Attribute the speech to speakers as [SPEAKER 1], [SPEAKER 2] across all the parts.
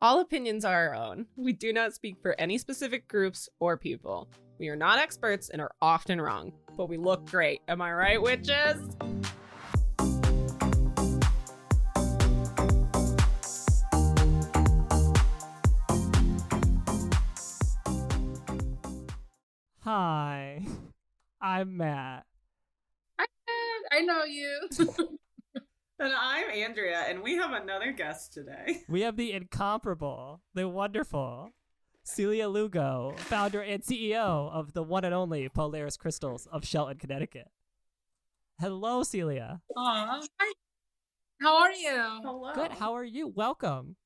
[SPEAKER 1] All opinions are our own. We do not speak for any specific groups or people. We are not experts and are often wrong, but we look great. Am I right, witches?
[SPEAKER 2] Hi, I'm Matt.
[SPEAKER 3] I know you.
[SPEAKER 1] And I'm Andrea, and we have another guest today.
[SPEAKER 2] We have the incomparable, the wonderful Celia Lugo, founder and CEO of the one and only Polaris Crystals of Shelton, Connecticut. Hello, Celia.
[SPEAKER 3] Aw, hi. How are you?
[SPEAKER 1] Hello.
[SPEAKER 2] Good. How are you? Welcome.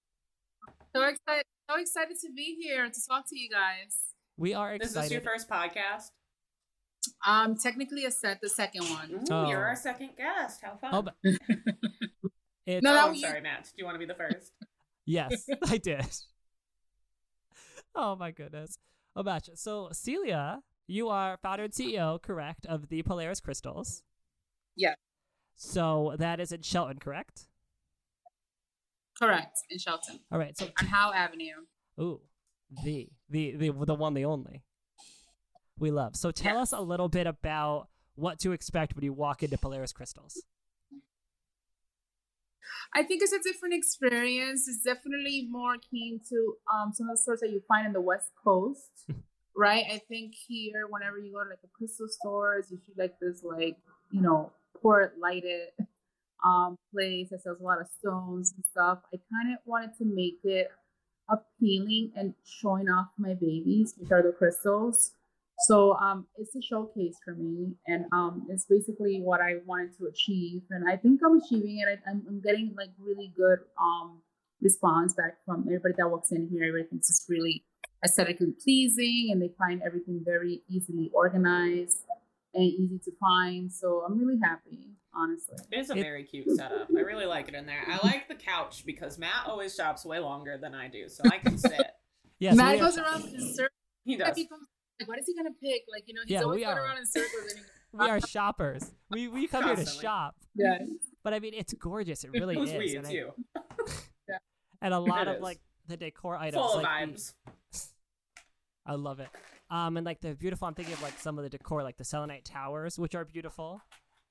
[SPEAKER 3] So excited! So excited to be here to talk to you guys.
[SPEAKER 2] We are
[SPEAKER 1] This
[SPEAKER 2] excited.
[SPEAKER 1] is your first podcast.
[SPEAKER 3] Um, technically, a set the second one.
[SPEAKER 1] Ooh,
[SPEAKER 2] Oh.
[SPEAKER 1] You're our second guest. How fun.
[SPEAKER 2] Oh, but- It's-
[SPEAKER 3] No,
[SPEAKER 1] Oh,
[SPEAKER 3] that
[SPEAKER 1] I'm
[SPEAKER 3] was you.
[SPEAKER 1] sorry, Matt. Do you want to be the first?
[SPEAKER 2] Yes, I did. Oh my goodness. Oh gosh. So Celia, you are founder and CEO, correct, of the Polaris Crystals.
[SPEAKER 3] Yeah.
[SPEAKER 2] So that is in Shelton, correct?
[SPEAKER 3] Correct in Shelton
[SPEAKER 2] All right. So
[SPEAKER 3] on Howe Avenue.
[SPEAKER 2] ooh, the the the the one, the only. We love. So tell us a little bit about what to expect when you walk into Polaris Crystals.
[SPEAKER 3] I think it's a different experience. It's definitely more akin to um, some of the stores that you find in the West Coast, right? I think here, whenever you go to like the crystal stores, you see like this like you know port lighted um, place that sells a lot of stones and stuff. I kind of wanted to make it appealing and showing off my babies, which are the crystals. So um, it's a showcase for me, and um, it's basically what I wanted to achieve, and I think I'm achieving it. I, I'm, I'm getting like really good um, response back from everybody that walks in here. Everything's just really aesthetically pleasing, and they find everything very easily organized and easy to find. So I'm really happy, honestly.
[SPEAKER 1] It is a
[SPEAKER 2] It-
[SPEAKER 1] very cute setup. I really like it in there. I like the couch because Matt always shops way longer than I do, so I can sit.
[SPEAKER 2] Yes.
[SPEAKER 3] Matt
[SPEAKER 2] we are-
[SPEAKER 3] goes around in circles.
[SPEAKER 1] He
[SPEAKER 3] That
[SPEAKER 1] does.
[SPEAKER 3] becomes- Like, what is he gonna pick? Like, you know, he's
[SPEAKER 2] Yeah,
[SPEAKER 3] always
[SPEAKER 2] we
[SPEAKER 3] going
[SPEAKER 2] are.
[SPEAKER 3] around in circles. And he-
[SPEAKER 2] we are shoppers. We we come here to
[SPEAKER 1] Constantly.
[SPEAKER 2] shop.
[SPEAKER 3] yeah.
[SPEAKER 2] But I mean, it's gorgeous. It really
[SPEAKER 1] it was
[SPEAKER 2] is.
[SPEAKER 1] we,
[SPEAKER 2] and
[SPEAKER 1] it's
[SPEAKER 2] I-
[SPEAKER 1] you.
[SPEAKER 2] and a lot
[SPEAKER 1] It
[SPEAKER 2] of
[SPEAKER 1] is.
[SPEAKER 2] like the decor items.
[SPEAKER 1] Full of
[SPEAKER 2] like, the-
[SPEAKER 1] vibes.
[SPEAKER 2] I love it. Um, and like the beautiful. I'm thinking of like some of the decor, like the Selenite Towers, which are beautiful.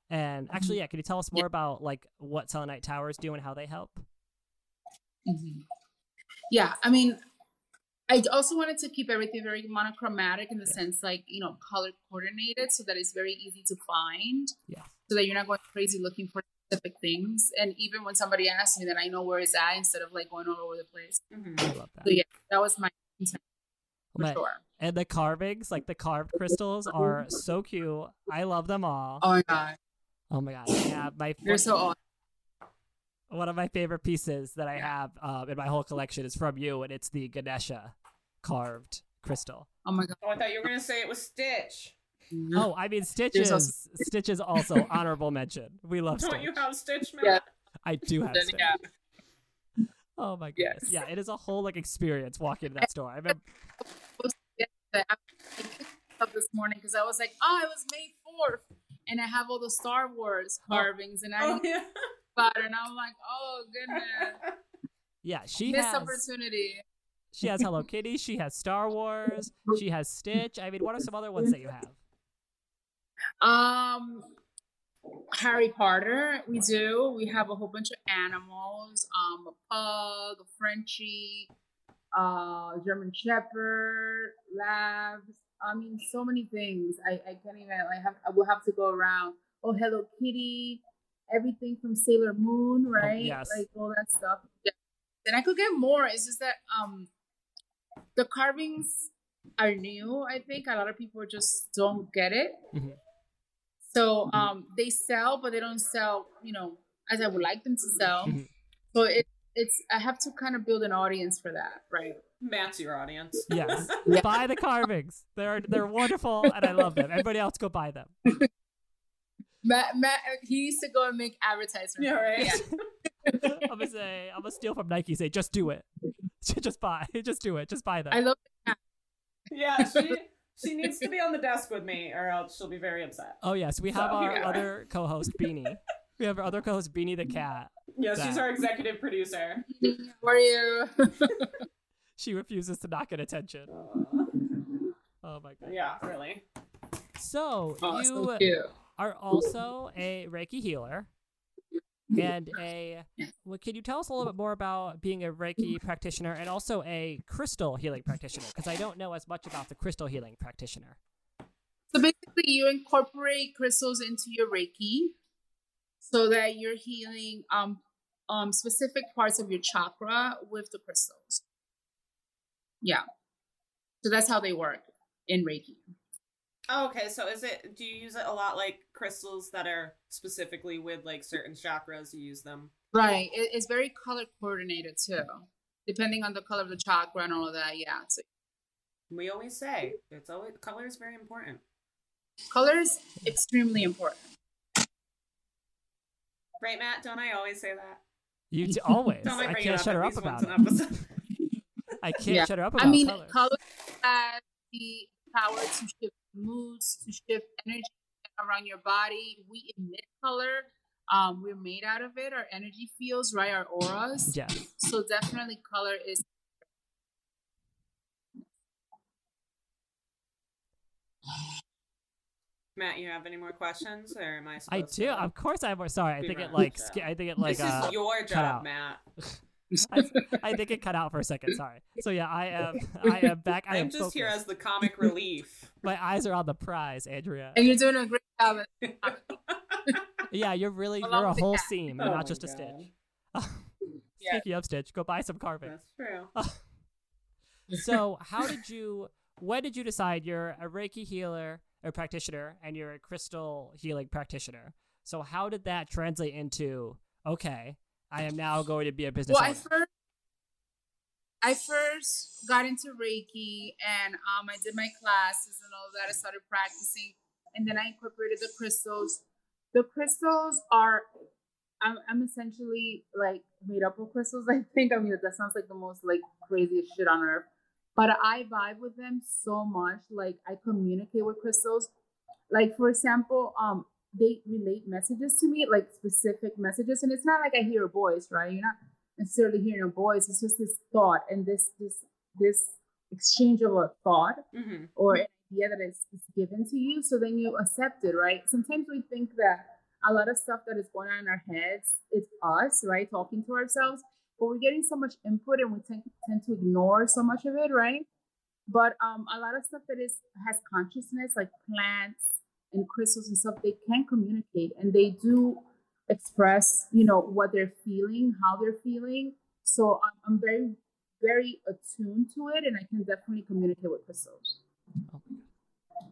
[SPEAKER 2] And
[SPEAKER 1] Mm-hmm.
[SPEAKER 2] actually, yeah, can you tell us more about like what Selenite Towers do and how they help?
[SPEAKER 3] Mhm. Yeah, I mean, I also wanted to keep everything very monochromatic in the sense, like you know, color coordinated, so that it's very easy to find,
[SPEAKER 2] Yes.
[SPEAKER 3] so that you're not going crazy looking for specific things. And even when somebody asks me, then I know where it's at instead of like going all over the place.
[SPEAKER 1] Mhm.
[SPEAKER 2] I love that.
[SPEAKER 3] So yeah, that was my intent for
[SPEAKER 2] But-
[SPEAKER 3] sure.
[SPEAKER 2] And the carvings, like the carved crystals, are so cute. I love them all.
[SPEAKER 3] Oh my god,
[SPEAKER 2] Oh my god! I have my
[SPEAKER 3] you're so awesome.
[SPEAKER 2] one of my favorite pieces that I have um, in my whole collection is from you, and it's the Ganesha carved crystal.
[SPEAKER 3] Oh my god.
[SPEAKER 1] Oh, I thought you were gonna say it was Stitch.
[SPEAKER 3] Mm.
[SPEAKER 2] Oh, I mean
[SPEAKER 3] also-
[SPEAKER 2] stitches. Stitches also honorable mention. We love
[SPEAKER 1] Don't
[SPEAKER 2] Stitch.
[SPEAKER 1] you have Stitch, Matt?
[SPEAKER 3] Yeah.
[SPEAKER 2] I do have
[SPEAKER 3] Then,
[SPEAKER 2] Stitch.
[SPEAKER 3] yeah.
[SPEAKER 2] Oh my
[SPEAKER 3] Yes.
[SPEAKER 2] goodness. Yeah, it is a whole like experience walking to that store. I remember
[SPEAKER 3] that I I picked up this morning because I was like, oh, it was May 4th. And I have all the Star Wars
[SPEAKER 2] Oh.
[SPEAKER 3] carvings and I
[SPEAKER 1] Oh
[SPEAKER 3] didn't
[SPEAKER 1] yeah.
[SPEAKER 3] about it. And I'm like, oh, goodness.
[SPEAKER 2] Yeah, she
[SPEAKER 3] Missed
[SPEAKER 2] has
[SPEAKER 3] opportunity.
[SPEAKER 2] she has Hello Kitty, she has Star Wars, she has Stitch. I mean, what are some other ones that you have?
[SPEAKER 3] Um, Harry Potter, we do. We have a whole bunch of animals. Um, a pug, a Frenchie, uh, German Shepherd, labs. I mean, so many things. I, I can't even. I have. I will have to go around. Oh, Hello Kitty. Everything from Sailor Moon, right?
[SPEAKER 2] yes.
[SPEAKER 3] Like all that stuff. Yeah. And I could get more. It's just that um, the carvings are new. I think a lot of people just don't get it.
[SPEAKER 2] Mhm.
[SPEAKER 3] So um, they sell, but they don't sell, you know, as I would like them to sell.
[SPEAKER 2] Mhm.
[SPEAKER 3] So it, it's I have to kind of build an audience for that, right?
[SPEAKER 1] Matt's your audience.
[SPEAKER 2] Yes. Buy the carvings. They're they're wonderful and I love them. Everybody else go buy them.
[SPEAKER 3] Matt, Matt he used to go and make advertisements.
[SPEAKER 1] Yeah, right.
[SPEAKER 2] I'm gonna say I'm gonna steal from Nike, say just do it. just buy. Just do it. Just buy them.
[SPEAKER 3] I love.
[SPEAKER 1] Yeah, she she needs to be on the desk with me, or else she'll be very upset.
[SPEAKER 2] Oh yes, we have
[SPEAKER 1] So,
[SPEAKER 2] our
[SPEAKER 1] yeah.
[SPEAKER 2] other co-host Beanie. We have our other co-host Beanie the cat,
[SPEAKER 1] Yes,
[SPEAKER 2] That.
[SPEAKER 1] she's our executive producer.
[SPEAKER 3] How are you?
[SPEAKER 2] She refuses to not get attention.
[SPEAKER 1] Uh,
[SPEAKER 2] Oh my god.
[SPEAKER 1] yeah, really.
[SPEAKER 2] So
[SPEAKER 3] Oh,
[SPEAKER 2] you
[SPEAKER 3] so cute.
[SPEAKER 2] are also a Reiki healer and a. Well, can you tell us a little bit more about being a Reiki practitioner and also a crystal healing practitioner? Because I don't know as much about the crystal healing practitioner.
[SPEAKER 3] So basically, you incorporate crystals into your Reiki so that you're healing um, um, specific parts of your chakra with the crystals. Yeah. So that's how they work in Reiki.
[SPEAKER 1] Oh, okay, so is it? Do you use it a lot like crystals that are specifically with like certain chakras? You use them.
[SPEAKER 3] Right. It, it's very color coordinated too, depending on the color of the chakra and all of that. Yeah. So
[SPEAKER 1] We always say it's always color is very important.
[SPEAKER 3] color is extremely important.
[SPEAKER 1] Right, Matt? Don't I always say that?
[SPEAKER 2] You d- always.
[SPEAKER 1] Don't
[SPEAKER 2] I
[SPEAKER 1] bring
[SPEAKER 2] can't
[SPEAKER 1] it
[SPEAKER 2] shut
[SPEAKER 1] at
[SPEAKER 2] her up
[SPEAKER 1] least once
[SPEAKER 2] about it.
[SPEAKER 1] an episode?
[SPEAKER 2] I can't
[SPEAKER 3] Yeah.
[SPEAKER 2] shut her up about
[SPEAKER 3] I mean,
[SPEAKER 2] colors.
[SPEAKER 3] color has the power to shift moods, to shift energy around your body. We emit color. Um, we're made out of it. Our energy fields, right? Our auras.
[SPEAKER 2] yeah.
[SPEAKER 3] So definitely, color is.
[SPEAKER 1] Matt, you have any more questions, or am I? Supposed
[SPEAKER 2] I do.
[SPEAKER 1] To?
[SPEAKER 2] Of course, I'm sorry. I
[SPEAKER 1] Be
[SPEAKER 2] think it
[SPEAKER 1] right.
[SPEAKER 2] like.
[SPEAKER 1] Yeah.
[SPEAKER 2] sk- I think it like.
[SPEAKER 1] this
[SPEAKER 2] uh,
[SPEAKER 1] is your
[SPEAKER 2] out.
[SPEAKER 1] job, Matt.
[SPEAKER 2] I, I think it cut out for a second. Sorry. So yeah, I am. I am back. I
[SPEAKER 1] I'm
[SPEAKER 2] am
[SPEAKER 1] just
[SPEAKER 2] focused.
[SPEAKER 1] here as the comic relief.
[SPEAKER 2] My eyes are on the prize, Andrea.
[SPEAKER 3] And you're doing a great job.
[SPEAKER 2] Yeah, you're really
[SPEAKER 3] Along
[SPEAKER 2] you're a
[SPEAKER 3] with
[SPEAKER 2] whole
[SPEAKER 3] that.
[SPEAKER 2] seam. You're
[SPEAKER 1] Oh
[SPEAKER 2] not
[SPEAKER 1] my
[SPEAKER 2] just a
[SPEAKER 1] God.
[SPEAKER 2] stitch.
[SPEAKER 3] Yeah.
[SPEAKER 2] Speaking of stitch, go buy some carving.
[SPEAKER 1] That's true.
[SPEAKER 2] Uh,
[SPEAKER 1] Uh-huh.
[SPEAKER 2] So, how did you? When did you decide you're a Reiki healer or practitioner, and you're a crystal healing practitioner? So, how did that translate into? Okay, I am now going to be a business
[SPEAKER 3] Well, I
[SPEAKER 2] owner.
[SPEAKER 3] first, I first got into Reiki, and um, I did my classes and all that. I started practicing, and then I incorporated the crystals. The crystals are, I'm, I'm essentially like made up of crystals. I think. I mean, that sounds like the most like craziest shit on earth, but I vibe with them so much. Like I communicate with crystals. Like for example, um, they relate messages to me, like specific messages, and it's not like I hear a voice, right? You're not necessarily hearing a voice. It's just this thought and this this this exchange of a thought
[SPEAKER 1] hmm
[SPEAKER 3] or an idea that is, is given to you. So then you accept it, right? Sometimes we think that a lot of stuff that is going on in our heads is us, right? Talking to ourselves, but we're getting so much input and we tend, tend to ignore so much of it, right? But um, a lot of stuff that is has consciousness, like plants and crystals and stuff, they can communicate and they do express, you know, what they're feeling, how they're feeling. So I'm, I'm very, very attuned to it, and I can definitely communicate with crystals.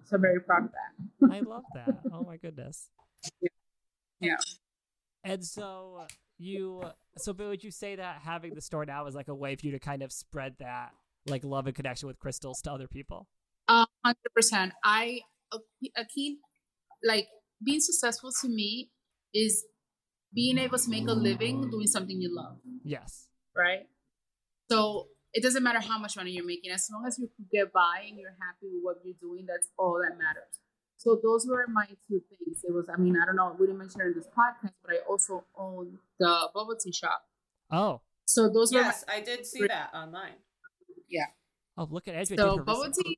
[SPEAKER 3] So I'm very proud of that.
[SPEAKER 2] I love that. Oh my goodness.
[SPEAKER 3] Yeah. Yeah.
[SPEAKER 2] And so you so but would you say that having the store now is like a way for you to kind of spread that like love and connection with crystals to other people?
[SPEAKER 3] A hundred percent. I a, a key like being successful to me is being able to make a living doing something you love,
[SPEAKER 2] Yes.
[SPEAKER 3] right? So it doesn't matter how much money you're making, as long as you can get by and you're happy with what you're doing, that's all that matters. So those were my two things. It was, I mean, I don't know, we didn't mention it in this podcast, but I also own the bubble tea shop.
[SPEAKER 2] Oh.
[SPEAKER 3] So those were my
[SPEAKER 1] Yes, I did see that online.
[SPEAKER 2] Oh look at Edwin.
[SPEAKER 3] so bubble tea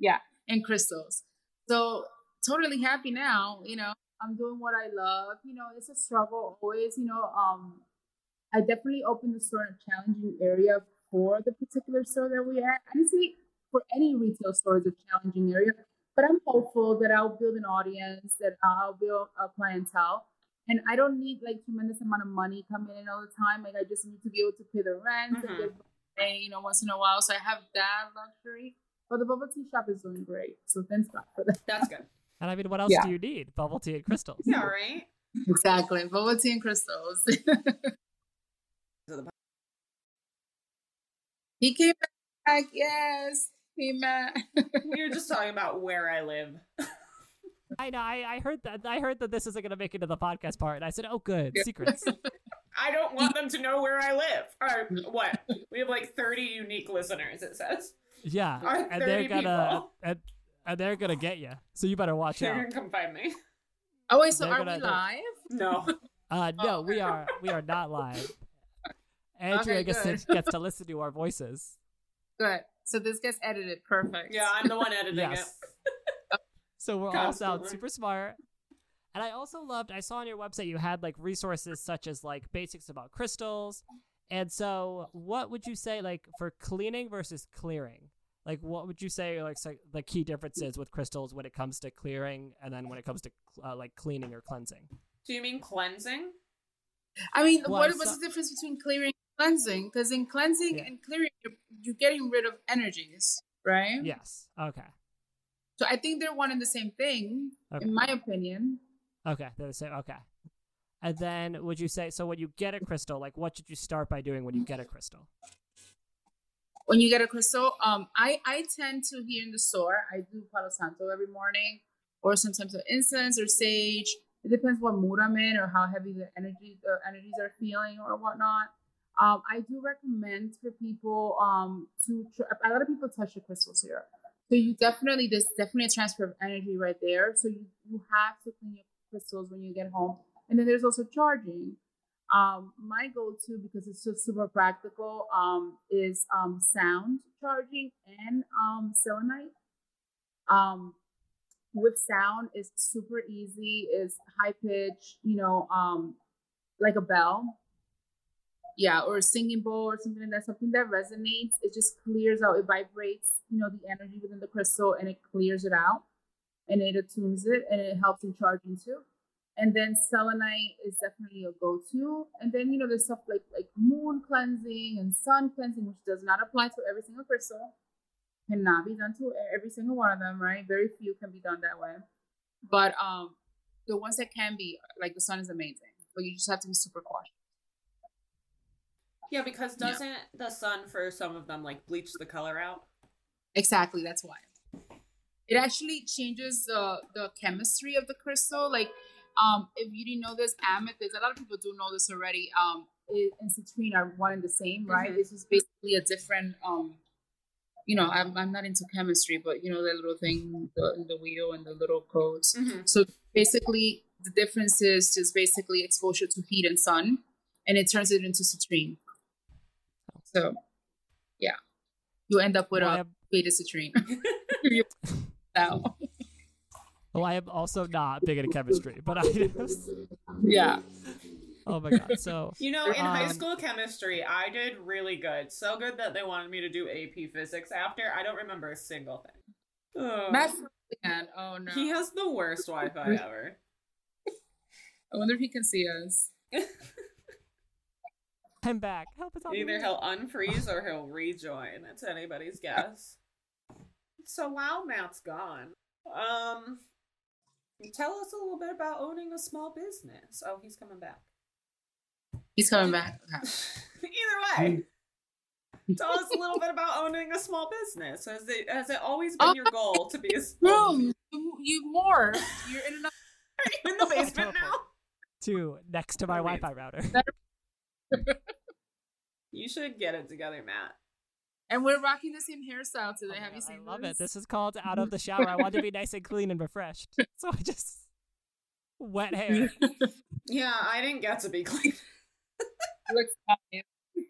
[SPEAKER 3] yeah and crystals so totally happy now you know i'm doing what i love you know it's a struggle always you know um i definitely opened the store in a challenging area for the particular store that we at honestly for any retail store is a challenging area but i'm hopeful that i'll build an audience that i'll build a clientele and i don't need like tremendous amount of money coming in all the time like i just need to be able to pay the rent and
[SPEAKER 1] Mhm.
[SPEAKER 3] get pay, you know, once in a while. So I have that luxury. But the bubble tea shop is doing great. So thanks God for that.
[SPEAKER 1] That's good.
[SPEAKER 2] And I mean what else
[SPEAKER 3] Yeah.
[SPEAKER 2] do you need? Bubble tea and crystals.
[SPEAKER 1] Yeah, right.
[SPEAKER 3] Exactly. Bubble tea and crystals. he came back. Yes. He met.
[SPEAKER 1] We were just talking about where I live.
[SPEAKER 2] I know I, I heard that I heard that this isn't gonna make it to the podcast part and I said, Oh good,
[SPEAKER 3] Yeah.
[SPEAKER 2] secrets.
[SPEAKER 1] I don't want them to know where I live. Or what? We have like 30 unique listeners, it says.
[SPEAKER 2] Yeah.
[SPEAKER 1] Our
[SPEAKER 2] and
[SPEAKER 1] 30
[SPEAKER 2] they're gonna
[SPEAKER 1] people.
[SPEAKER 2] and, and they're gonna get you. So you better watch
[SPEAKER 1] They're
[SPEAKER 2] out.
[SPEAKER 1] going to come find me.
[SPEAKER 3] Oh, wait. So
[SPEAKER 2] They're
[SPEAKER 3] are
[SPEAKER 2] gonna
[SPEAKER 3] we
[SPEAKER 2] do-
[SPEAKER 3] live?
[SPEAKER 1] No.
[SPEAKER 2] Uh, no, we are we are not live. Andrea
[SPEAKER 3] Oh. Okay,
[SPEAKER 2] gets, to,
[SPEAKER 3] good.
[SPEAKER 2] gets to listen to our voices.
[SPEAKER 3] Good. So this gets edited. Perfect.
[SPEAKER 4] Yeah, I'm the one editing
[SPEAKER 2] Yes. so we're all sound
[SPEAKER 4] Constantly.
[SPEAKER 2] super smart. And I also loved. I saw on your website you had like resources such as like basics about crystals. And so, what would you say like for cleaning versus clearing? Like, what would you say are, like so, the key differences with crystals when it comes to clearing, and then when it comes to uh, like cleaning or cleansing?
[SPEAKER 4] it. Do you mean cleansing?
[SPEAKER 3] I mean,
[SPEAKER 2] Well,
[SPEAKER 3] what
[SPEAKER 2] it's
[SPEAKER 3] what's
[SPEAKER 2] not-
[SPEAKER 3] the difference between clearing and cleansing? Because in cleansing
[SPEAKER 2] Yeah.
[SPEAKER 3] and clearing, you're, you're getting rid of energies, right?
[SPEAKER 2] Yes. Okay.
[SPEAKER 3] So I think they're one and the same thing,
[SPEAKER 2] Okay.
[SPEAKER 3] in my opinion.
[SPEAKER 2] Okay, they're the same. Okay. And then would you say so when you get a crystal, like what should you start by doing when you get a crystal?
[SPEAKER 3] When you get a crystal, um, I I tend to here in the store, I do Palo Santo every morning, or sometimes with incense or sage. It depends what mood I'm in or how heavy the energy the energies are feeling or whatnot. Um, I do recommend for people um to tr- a lot of people touch the crystals here, so you definitely there's definitely a transfer of energy right there. So you you have to clean your crystals when you get home, and then there's also charging. Um, my go-to because it's just super practical um, is um, sound charging and um, selenite. Um, with sound, it's super easy. It's high pitch, you know, um, like a bell, yeah, or a singing bowl or something like that. Something that resonates. It just clears out. It vibrates, you know, the energy within the crystal, and it clears it out, and it attunes it, and it helps in charging too. And then selenite is definitely a go-to. And then you know there's stuff like like moon cleansing and sun cleansing, which does not apply to every single crystal. Cannot be done to e-, every single one of them, right? Very few can be done that way. But um the ones that can be, like the sun is amazing. But you just have to be super cautious.
[SPEAKER 4] Yeah, because
[SPEAKER 3] No.
[SPEAKER 4] doesn't the sun for some of them like bleach the color out?
[SPEAKER 3] Exactly, that's why. It actually changes the the chemistry of the crystal. Like, um, if you didn't know this, amethyst. A lot of people do know this already. Um, it, and citrine are one and the same, right?
[SPEAKER 4] Mhm.
[SPEAKER 3] It's just basically a different. Um, you know, I'm I'm not into chemistry, but you know that little thing, the the wheel and the little codes.
[SPEAKER 4] Mm-hmm.
[SPEAKER 3] So basically, the difference is just basically exposure to heat and sun, and it turns it into citrine. So, yeah, you end up with
[SPEAKER 2] well, I
[SPEAKER 3] a
[SPEAKER 2] am,
[SPEAKER 3] beta citrine. You- so,
[SPEAKER 2] well, I am also not big into chemistry, but I
[SPEAKER 3] yeah,
[SPEAKER 2] Oh my god. So
[SPEAKER 4] You know, in high
[SPEAKER 2] Um,
[SPEAKER 4] school chemistry, I did really good. So good that they wanted me to do AP physics after. I don't remember a single thing. Ugh.
[SPEAKER 3] Matt Ferdinand. Oh no,
[SPEAKER 4] He has the worst Wi Fi ever.
[SPEAKER 3] I wonder if he can see us.
[SPEAKER 2] I'm back. Help us out.
[SPEAKER 4] Either he'll unfreeze or he'll rejoin. That's anybody's guess. So wow, Matt's gone. Um, tell us a little bit about owning a small business. Oh, he's coming back.
[SPEAKER 3] He's coming back. Okay.
[SPEAKER 4] Either way, tell us a little bit about owning a small business. Has it has it always been your goal to be a small
[SPEAKER 3] Room, you, you more. You're in another.
[SPEAKER 4] Are you in the basement now?
[SPEAKER 2] to next to my
[SPEAKER 4] Wait.
[SPEAKER 2] Wi-Fi router.
[SPEAKER 4] You should get it together, Matt.
[SPEAKER 3] And we're rocking the same hairstyle
[SPEAKER 2] Oh
[SPEAKER 3] today.
[SPEAKER 2] my
[SPEAKER 3] Have you
[SPEAKER 2] God,
[SPEAKER 3] seen?
[SPEAKER 2] I love it. This is called out of the shower. I want to be nice and clean and refreshed, so I just wet hair.
[SPEAKER 4] Yeah, I didn't get to be clean.
[SPEAKER 3] looks fine.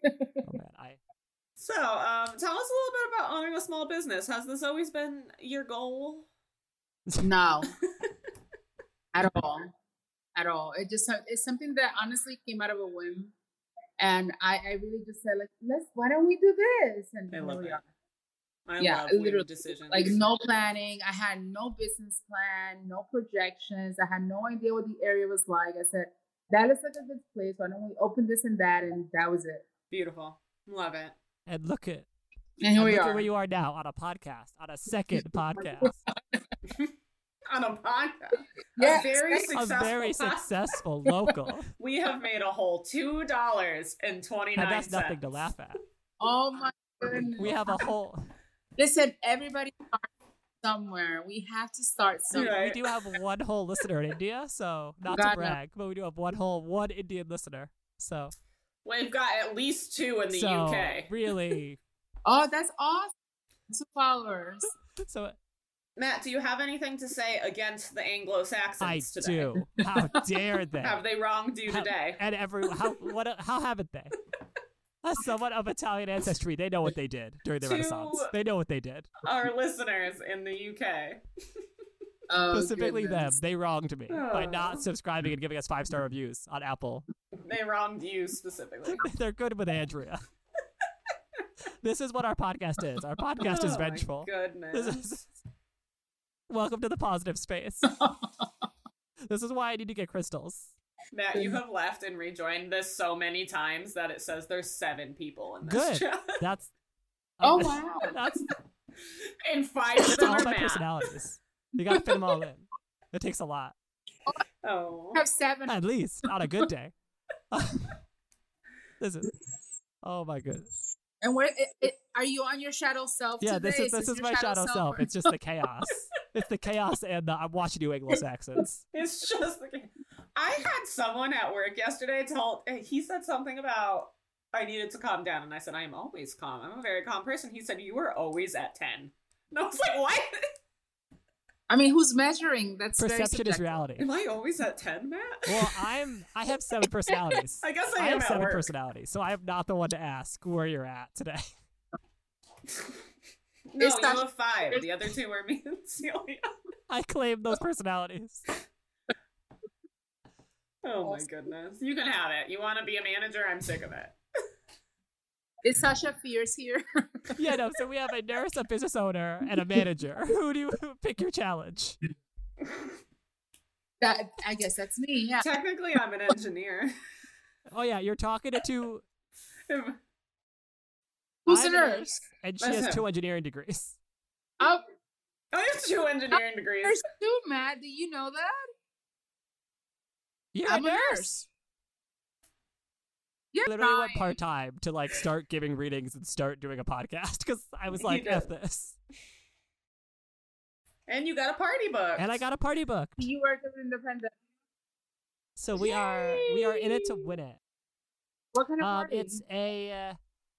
[SPEAKER 2] Oh man, I
[SPEAKER 4] So, um, tell us a little bit about owning a small business. Has this always been your goal?
[SPEAKER 3] No, at all, at all. It just it's something that honestly came out of a whim, and I I really just said like let's why don't we do this and
[SPEAKER 4] I
[SPEAKER 3] here
[SPEAKER 4] love
[SPEAKER 3] we
[SPEAKER 4] it.
[SPEAKER 3] are.
[SPEAKER 4] I
[SPEAKER 3] Yeah,
[SPEAKER 4] love literally,
[SPEAKER 3] literally,
[SPEAKER 4] decisions.
[SPEAKER 3] Like no planning. I had no business plan, no projections. I had no idea what the area was like. I said that looks like a good place. Why don't we open this and that, and that was it.
[SPEAKER 4] beautiful. Love it.
[SPEAKER 2] and look at
[SPEAKER 3] And here
[SPEAKER 2] and
[SPEAKER 3] we
[SPEAKER 2] look
[SPEAKER 3] are.
[SPEAKER 2] at where you are now on a podcast, on a second podcast.
[SPEAKER 4] On a podcast.
[SPEAKER 3] Yes,
[SPEAKER 4] a very
[SPEAKER 3] thank-
[SPEAKER 4] successful.
[SPEAKER 2] a very
[SPEAKER 4] pod-
[SPEAKER 2] successful local.
[SPEAKER 4] We have made a whole two dollars and twenty
[SPEAKER 2] and
[SPEAKER 4] nine
[SPEAKER 2] that's nothing to laugh at.
[SPEAKER 3] oh my goodness.
[SPEAKER 2] We have a whole.
[SPEAKER 3] Listen, everybody starts somewhere. We have to start somewhere.
[SPEAKER 4] Right.
[SPEAKER 2] We do have one whole listener in India, so not
[SPEAKER 3] God,
[SPEAKER 2] to
[SPEAKER 3] no.
[SPEAKER 2] brag, but we do have one whole one Indian listener. So,
[SPEAKER 4] We've got at least two in the
[SPEAKER 2] so
[SPEAKER 4] UK.
[SPEAKER 2] really,
[SPEAKER 3] Oh, that's awesome. Two followers.
[SPEAKER 2] so
[SPEAKER 4] Matt, do you have anything to say against the Anglo
[SPEAKER 2] I
[SPEAKER 4] Saxons today?
[SPEAKER 2] do. How dare they?
[SPEAKER 4] Have they wronged you
[SPEAKER 2] How-
[SPEAKER 4] today?
[SPEAKER 2] and every how what how haven't they? As someone of Italian ancestry, they know what they did during the
[SPEAKER 4] To-
[SPEAKER 2] Renaissance. They know what they did.
[SPEAKER 4] Our listeners in the UK.
[SPEAKER 3] Oh,
[SPEAKER 2] Specifically
[SPEAKER 3] goodness.
[SPEAKER 2] them. They wronged me by
[SPEAKER 4] Oh.
[SPEAKER 2] not subscribing and giving us five star reviews on Apple.
[SPEAKER 4] They wronged you specifically.
[SPEAKER 2] They're good with Andrea. this is what our podcast is. Our podcast
[SPEAKER 4] Oh
[SPEAKER 2] is
[SPEAKER 4] my
[SPEAKER 2] vengeful. This
[SPEAKER 4] Goodness.
[SPEAKER 2] is Welcome to the positive space. this is why I need to get crystals.
[SPEAKER 4] Matt, you have left and rejoined this so many times that it says there's seven people in
[SPEAKER 2] Good.
[SPEAKER 4] this chat.
[SPEAKER 2] That's
[SPEAKER 3] Oh, wow.
[SPEAKER 2] That's
[SPEAKER 4] and five of
[SPEAKER 2] that's
[SPEAKER 4] them
[SPEAKER 2] all
[SPEAKER 4] are
[SPEAKER 2] my
[SPEAKER 4] Matt.
[SPEAKER 2] personalities. You gotta fit them all in. It takes a lot.
[SPEAKER 4] Oh.
[SPEAKER 3] I have seven.
[SPEAKER 2] At least on a good day. this is oh my goodness.
[SPEAKER 3] And where it, it, are you on your shadow self?
[SPEAKER 2] Yeah,
[SPEAKER 3] today?
[SPEAKER 2] this is this is
[SPEAKER 3] your
[SPEAKER 2] my shadow self.
[SPEAKER 3] or-
[SPEAKER 2] It's just the chaos. It's the chaos and the I'm watching you Anglo Saxons.
[SPEAKER 4] It's just like I had someone at work yesterday tell eh, he said something about I needed to calm down, and I said I am always calm. I'm a very calm person. He said you were always at ten, and I was like, what?
[SPEAKER 3] I mean, who's measuring? That's very
[SPEAKER 2] Perception is
[SPEAKER 3] subjective.
[SPEAKER 2] reality.
[SPEAKER 4] Am I always at ten, Matt?
[SPEAKER 2] Well, I'm I have seven personalities.
[SPEAKER 4] I guess I,
[SPEAKER 2] I
[SPEAKER 4] am
[SPEAKER 2] have
[SPEAKER 4] at
[SPEAKER 2] seven
[SPEAKER 4] work.
[SPEAKER 2] personalities, so I am not the one to ask where you're at today.
[SPEAKER 4] No,
[SPEAKER 3] It's
[SPEAKER 4] you
[SPEAKER 3] not-
[SPEAKER 4] have five. The other two Oh, were me and Celia.
[SPEAKER 2] I claim those personalities.
[SPEAKER 4] Oh my goodness, you can have it. You want to be a manager? I'm sick of it.
[SPEAKER 3] Is Sasha Fierce here?
[SPEAKER 2] Yeah, no. So we have a nurse, a business owner, and a manager. Who do you pick your challenge?
[SPEAKER 3] that I guess that's me. Yeah.
[SPEAKER 4] Technically, I'm an engineer.
[SPEAKER 2] Oh yeah, you're talking to two.
[SPEAKER 3] Who's
[SPEAKER 2] I'm
[SPEAKER 3] the nurse?
[SPEAKER 2] and she has
[SPEAKER 4] Listen.
[SPEAKER 2] two engineering degrees.
[SPEAKER 3] Oh,
[SPEAKER 4] I have two engineering degrees.
[SPEAKER 3] there's two, Matt. Do you know that?
[SPEAKER 2] You're
[SPEAKER 3] I'm
[SPEAKER 2] a
[SPEAKER 3] a
[SPEAKER 2] nurse.
[SPEAKER 3] nurse. Yeah.
[SPEAKER 2] Literally went
[SPEAKER 3] fine.
[SPEAKER 2] part time to like start giving readings and start doing a podcast because I was
[SPEAKER 4] You
[SPEAKER 2] like,
[SPEAKER 4] did.
[SPEAKER 2] "F this,"
[SPEAKER 4] And you got a party book.
[SPEAKER 2] and I got a party book.
[SPEAKER 3] You work during the pandemic.
[SPEAKER 2] So we are we are in it to win it.
[SPEAKER 3] What kind of
[SPEAKER 2] Um,
[SPEAKER 3] party?
[SPEAKER 2] it's a uh,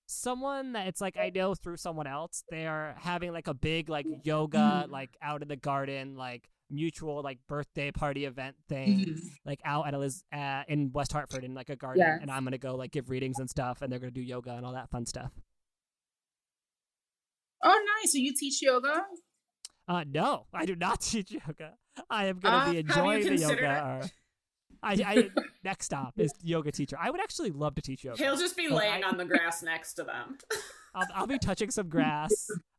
[SPEAKER 2] someone that it's like I know through someone else. They are having like a big like yoga like out in the garden like mutual like birthday party event thing
[SPEAKER 3] Mm-hmm.
[SPEAKER 2] like out at Eliz- uh, in West Hartford in like a garden, and
[SPEAKER 3] Yes.
[SPEAKER 2] I'm gonna go like give readings and stuff, and they're gonna do yoga and all that fun stuff.
[SPEAKER 3] Oh, nice. So you teach yoga?
[SPEAKER 2] Uh, no, I do not teach yoga. I am gonna
[SPEAKER 3] Uh,
[SPEAKER 2] be
[SPEAKER 4] have you
[SPEAKER 2] enjoying the
[SPEAKER 4] considered
[SPEAKER 2] yoga. Or, I, I next stop is yoga teacher. I would actually love to teach yoga.
[SPEAKER 4] He'll just be
[SPEAKER 2] But
[SPEAKER 4] laying
[SPEAKER 2] I-
[SPEAKER 4] on the grass next to them.
[SPEAKER 2] I'll, I'll be touching some grass.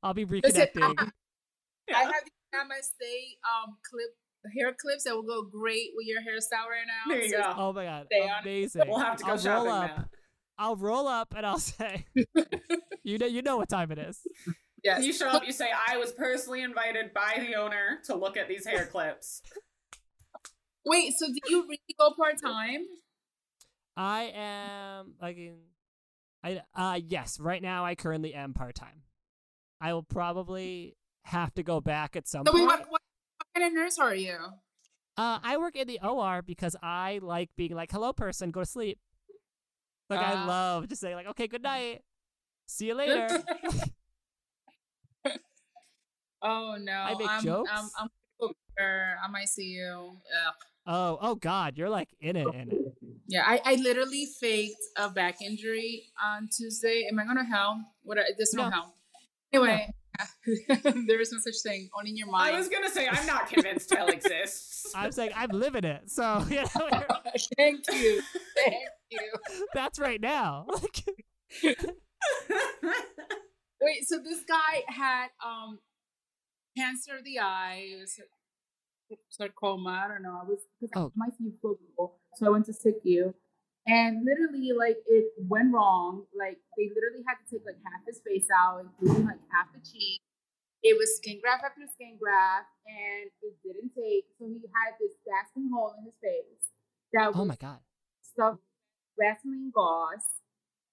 [SPEAKER 2] I'll be
[SPEAKER 3] Listen, I-
[SPEAKER 2] reconnecting.
[SPEAKER 3] I
[SPEAKER 4] Yeah.
[SPEAKER 3] have these namaste um clip hair clips that will go great with your hairstyle right now.
[SPEAKER 4] There you
[SPEAKER 3] So it's-
[SPEAKER 4] go.
[SPEAKER 2] Oh my god,
[SPEAKER 3] Stay on-
[SPEAKER 2] amazing!
[SPEAKER 4] We'll have to go
[SPEAKER 2] I'll
[SPEAKER 4] shopping
[SPEAKER 2] roll up.
[SPEAKER 4] now.
[SPEAKER 2] I'll roll up and I'll say, you know, you know what time it is.
[SPEAKER 3] Yes.
[SPEAKER 4] You show up, you say, I was personally invited by the owner to look at these hair clips.
[SPEAKER 3] Wait. So do you really go part time?
[SPEAKER 2] I am like, in- I uh yes, right now I currently am part time. I will probably have to go back at some
[SPEAKER 3] So we
[SPEAKER 2] point.
[SPEAKER 3] what, what what kind of nurse are you?
[SPEAKER 2] Uh, I work in the OR because I like being like, "Hello, person, go to sleep." Like I
[SPEAKER 3] Ah.
[SPEAKER 2] love just saying like, "Okay, good night, see you later."
[SPEAKER 3] Oh no.
[SPEAKER 2] I make
[SPEAKER 3] I'm,
[SPEAKER 2] jokes.
[SPEAKER 3] I'm, I'm Sure, I might see you. Ugh.
[SPEAKER 2] oh, oh God, you're like in it, in it.
[SPEAKER 3] Yeah, I, I literally faked a back injury on Tuesday. Am I gonna hell? What? I- There's no,
[SPEAKER 2] No.
[SPEAKER 3] hell. Anyway, there is no such thing. Only in your mind.
[SPEAKER 4] I was going to say, I'm not convinced hell exists.
[SPEAKER 2] I'm saying I'm living it, so you know you're-
[SPEAKER 3] Thank you. Thank you.
[SPEAKER 2] that's right now. Like,
[SPEAKER 3] Wait, so this guy had um cancer of the eye, it was sarcoma. I don't know. I was because
[SPEAKER 2] Oh.
[SPEAKER 3] my few people, so I went to SICU, and literally like it went wrong. Like they literally had to take like half his face out, including like half the cheek. It was skin graft after skin graft, and it didn't take. So he had this gasping hole in his face that
[SPEAKER 2] oh
[SPEAKER 3] was
[SPEAKER 2] my God,
[SPEAKER 3] stuff wrestling gauze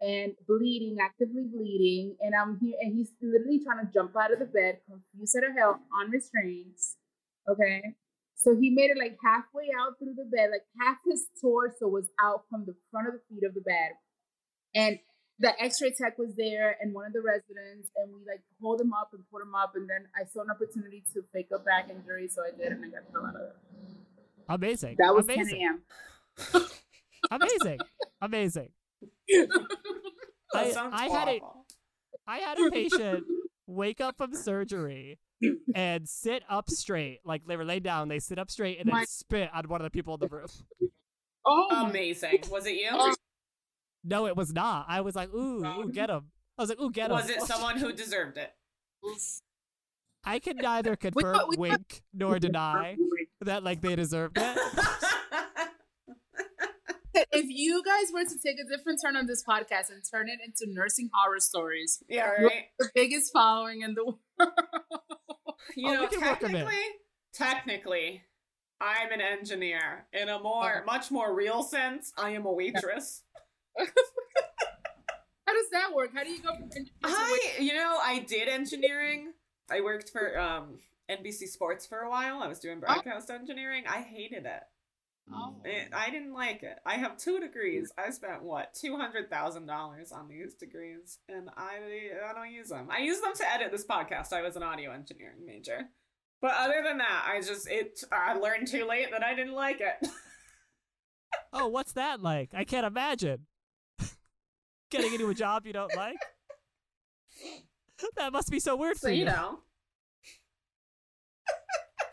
[SPEAKER 3] and bleeding, actively bleeding. And I'm here, and he's literally trying to jump out of the bed, confused out of hell, on restraints. Okay. So he made it like halfway out through the bed, like half his torso was out from the front of the feet of the bed. And the X-ray tech was there and one of the residents, and we like hold him up and put him up, and then I saw an opportunity to fake a back injury, so I did, and I got the hell out of there.
[SPEAKER 2] Amazing.
[SPEAKER 3] That was 10
[SPEAKER 2] amazing.
[SPEAKER 3] a.m.
[SPEAKER 2] amazing. Amazing.
[SPEAKER 4] That
[SPEAKER 2] I-
[SPEAKER 4] sounds
[SPEAKER 2] I had a-
[SPEAKER 4] awful.
[SPEAKER 2] I had a patient wake up from surgery and sit up straight. Like they were laid down, they sit up straight and
[SPEAKER 3] My-
[SPEAKER 2] then spit on one of the people in the room.
[SPEAKER 3] Oh, my-
[SPEAKER 4] Amazing. Was it you?
[SPEAKER 3] Oh,
[SPEAKER 2] No, it was not. I was like, ooh, ooh get him. I was like, ooh, get him.
[SPEAKER 4] was it someone who deserved it?
[SPEAKER 2] I can neither confirm,
[SPEAKER 3] we-
[SPEAKER 2] wink, nor deny that like they deserved it.
[SPEAKER 3] If you guys were to take a different turn on this podcast and turn it into nursing horror stories,
[SPEAKER 4] yeah, right.
[SPEAKER 3] the biggest following in the world.
[SPEAKER 4] You
[SPEAKER 2] Oh, we
[SPEAKER 4] know,
[SPEAKER 2] can work on it.
[SPEAKER 4] technically, technically, I'm an engineer. In a more,
[SPEAKER 2] Uh-huh.
[SPEAKER 4] much more real sense, I am a waitress.
[SPEAKER 3] How does that work? How do you go from engineer to wait-
[SPEAKER 4] I, you know, I did engineering. I worked for um, NBC Sports for a while. I was
[SPEAKER 2] Oh.
[SPEAKER 4] doing broadcast engineering. I hated it.
[SPEAKER 3] Oh.
[SPEAKER 4] it. I didn't like it. I have two degrees. I spent what two hundred thousand dollars on these degrees, and I I don't use them. I use them to edit this podcast. I was an audio engineering major, but other than that, I just it. I learned too late that I didn't like it.
[SPEAKER 2] Oh, what's that like? I can't imagine. Getting into a job you don't like? That must be so weird
[SPEAKER 4] so
[SPEAKER 2] for you.
[SPEAKER 4] you know.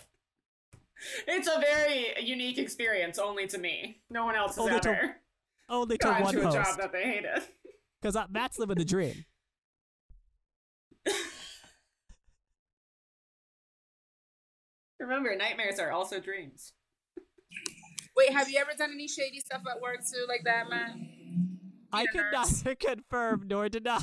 [SPEAKER 4] It's a very unique experience, only to me. No one else has
[SPEAKER 2] Only to
[SPEAKER 4] ever
[SPEAKER 2] Only to
[SPEAKER 4] gone
[SPEAKER 2] one
[SPEAKER 4] to a job
[SPEAKER 2] post.
[SPEAKER 4] that they hated.
[SPEAKER 2] Because Matt's living the dream.
[SPEAKER 4] Remember, nightmares are also dreams.
[SPEAKER 3] Wait, have you ever done any shady stuff at work too, like that, man?
[SPEAKER 2] I
[SPEAKER 3] Being a
[SPEAKER 2] can
[SPEAKER 3] nurse.
[SPEAKER 2] neither confirm nor deny.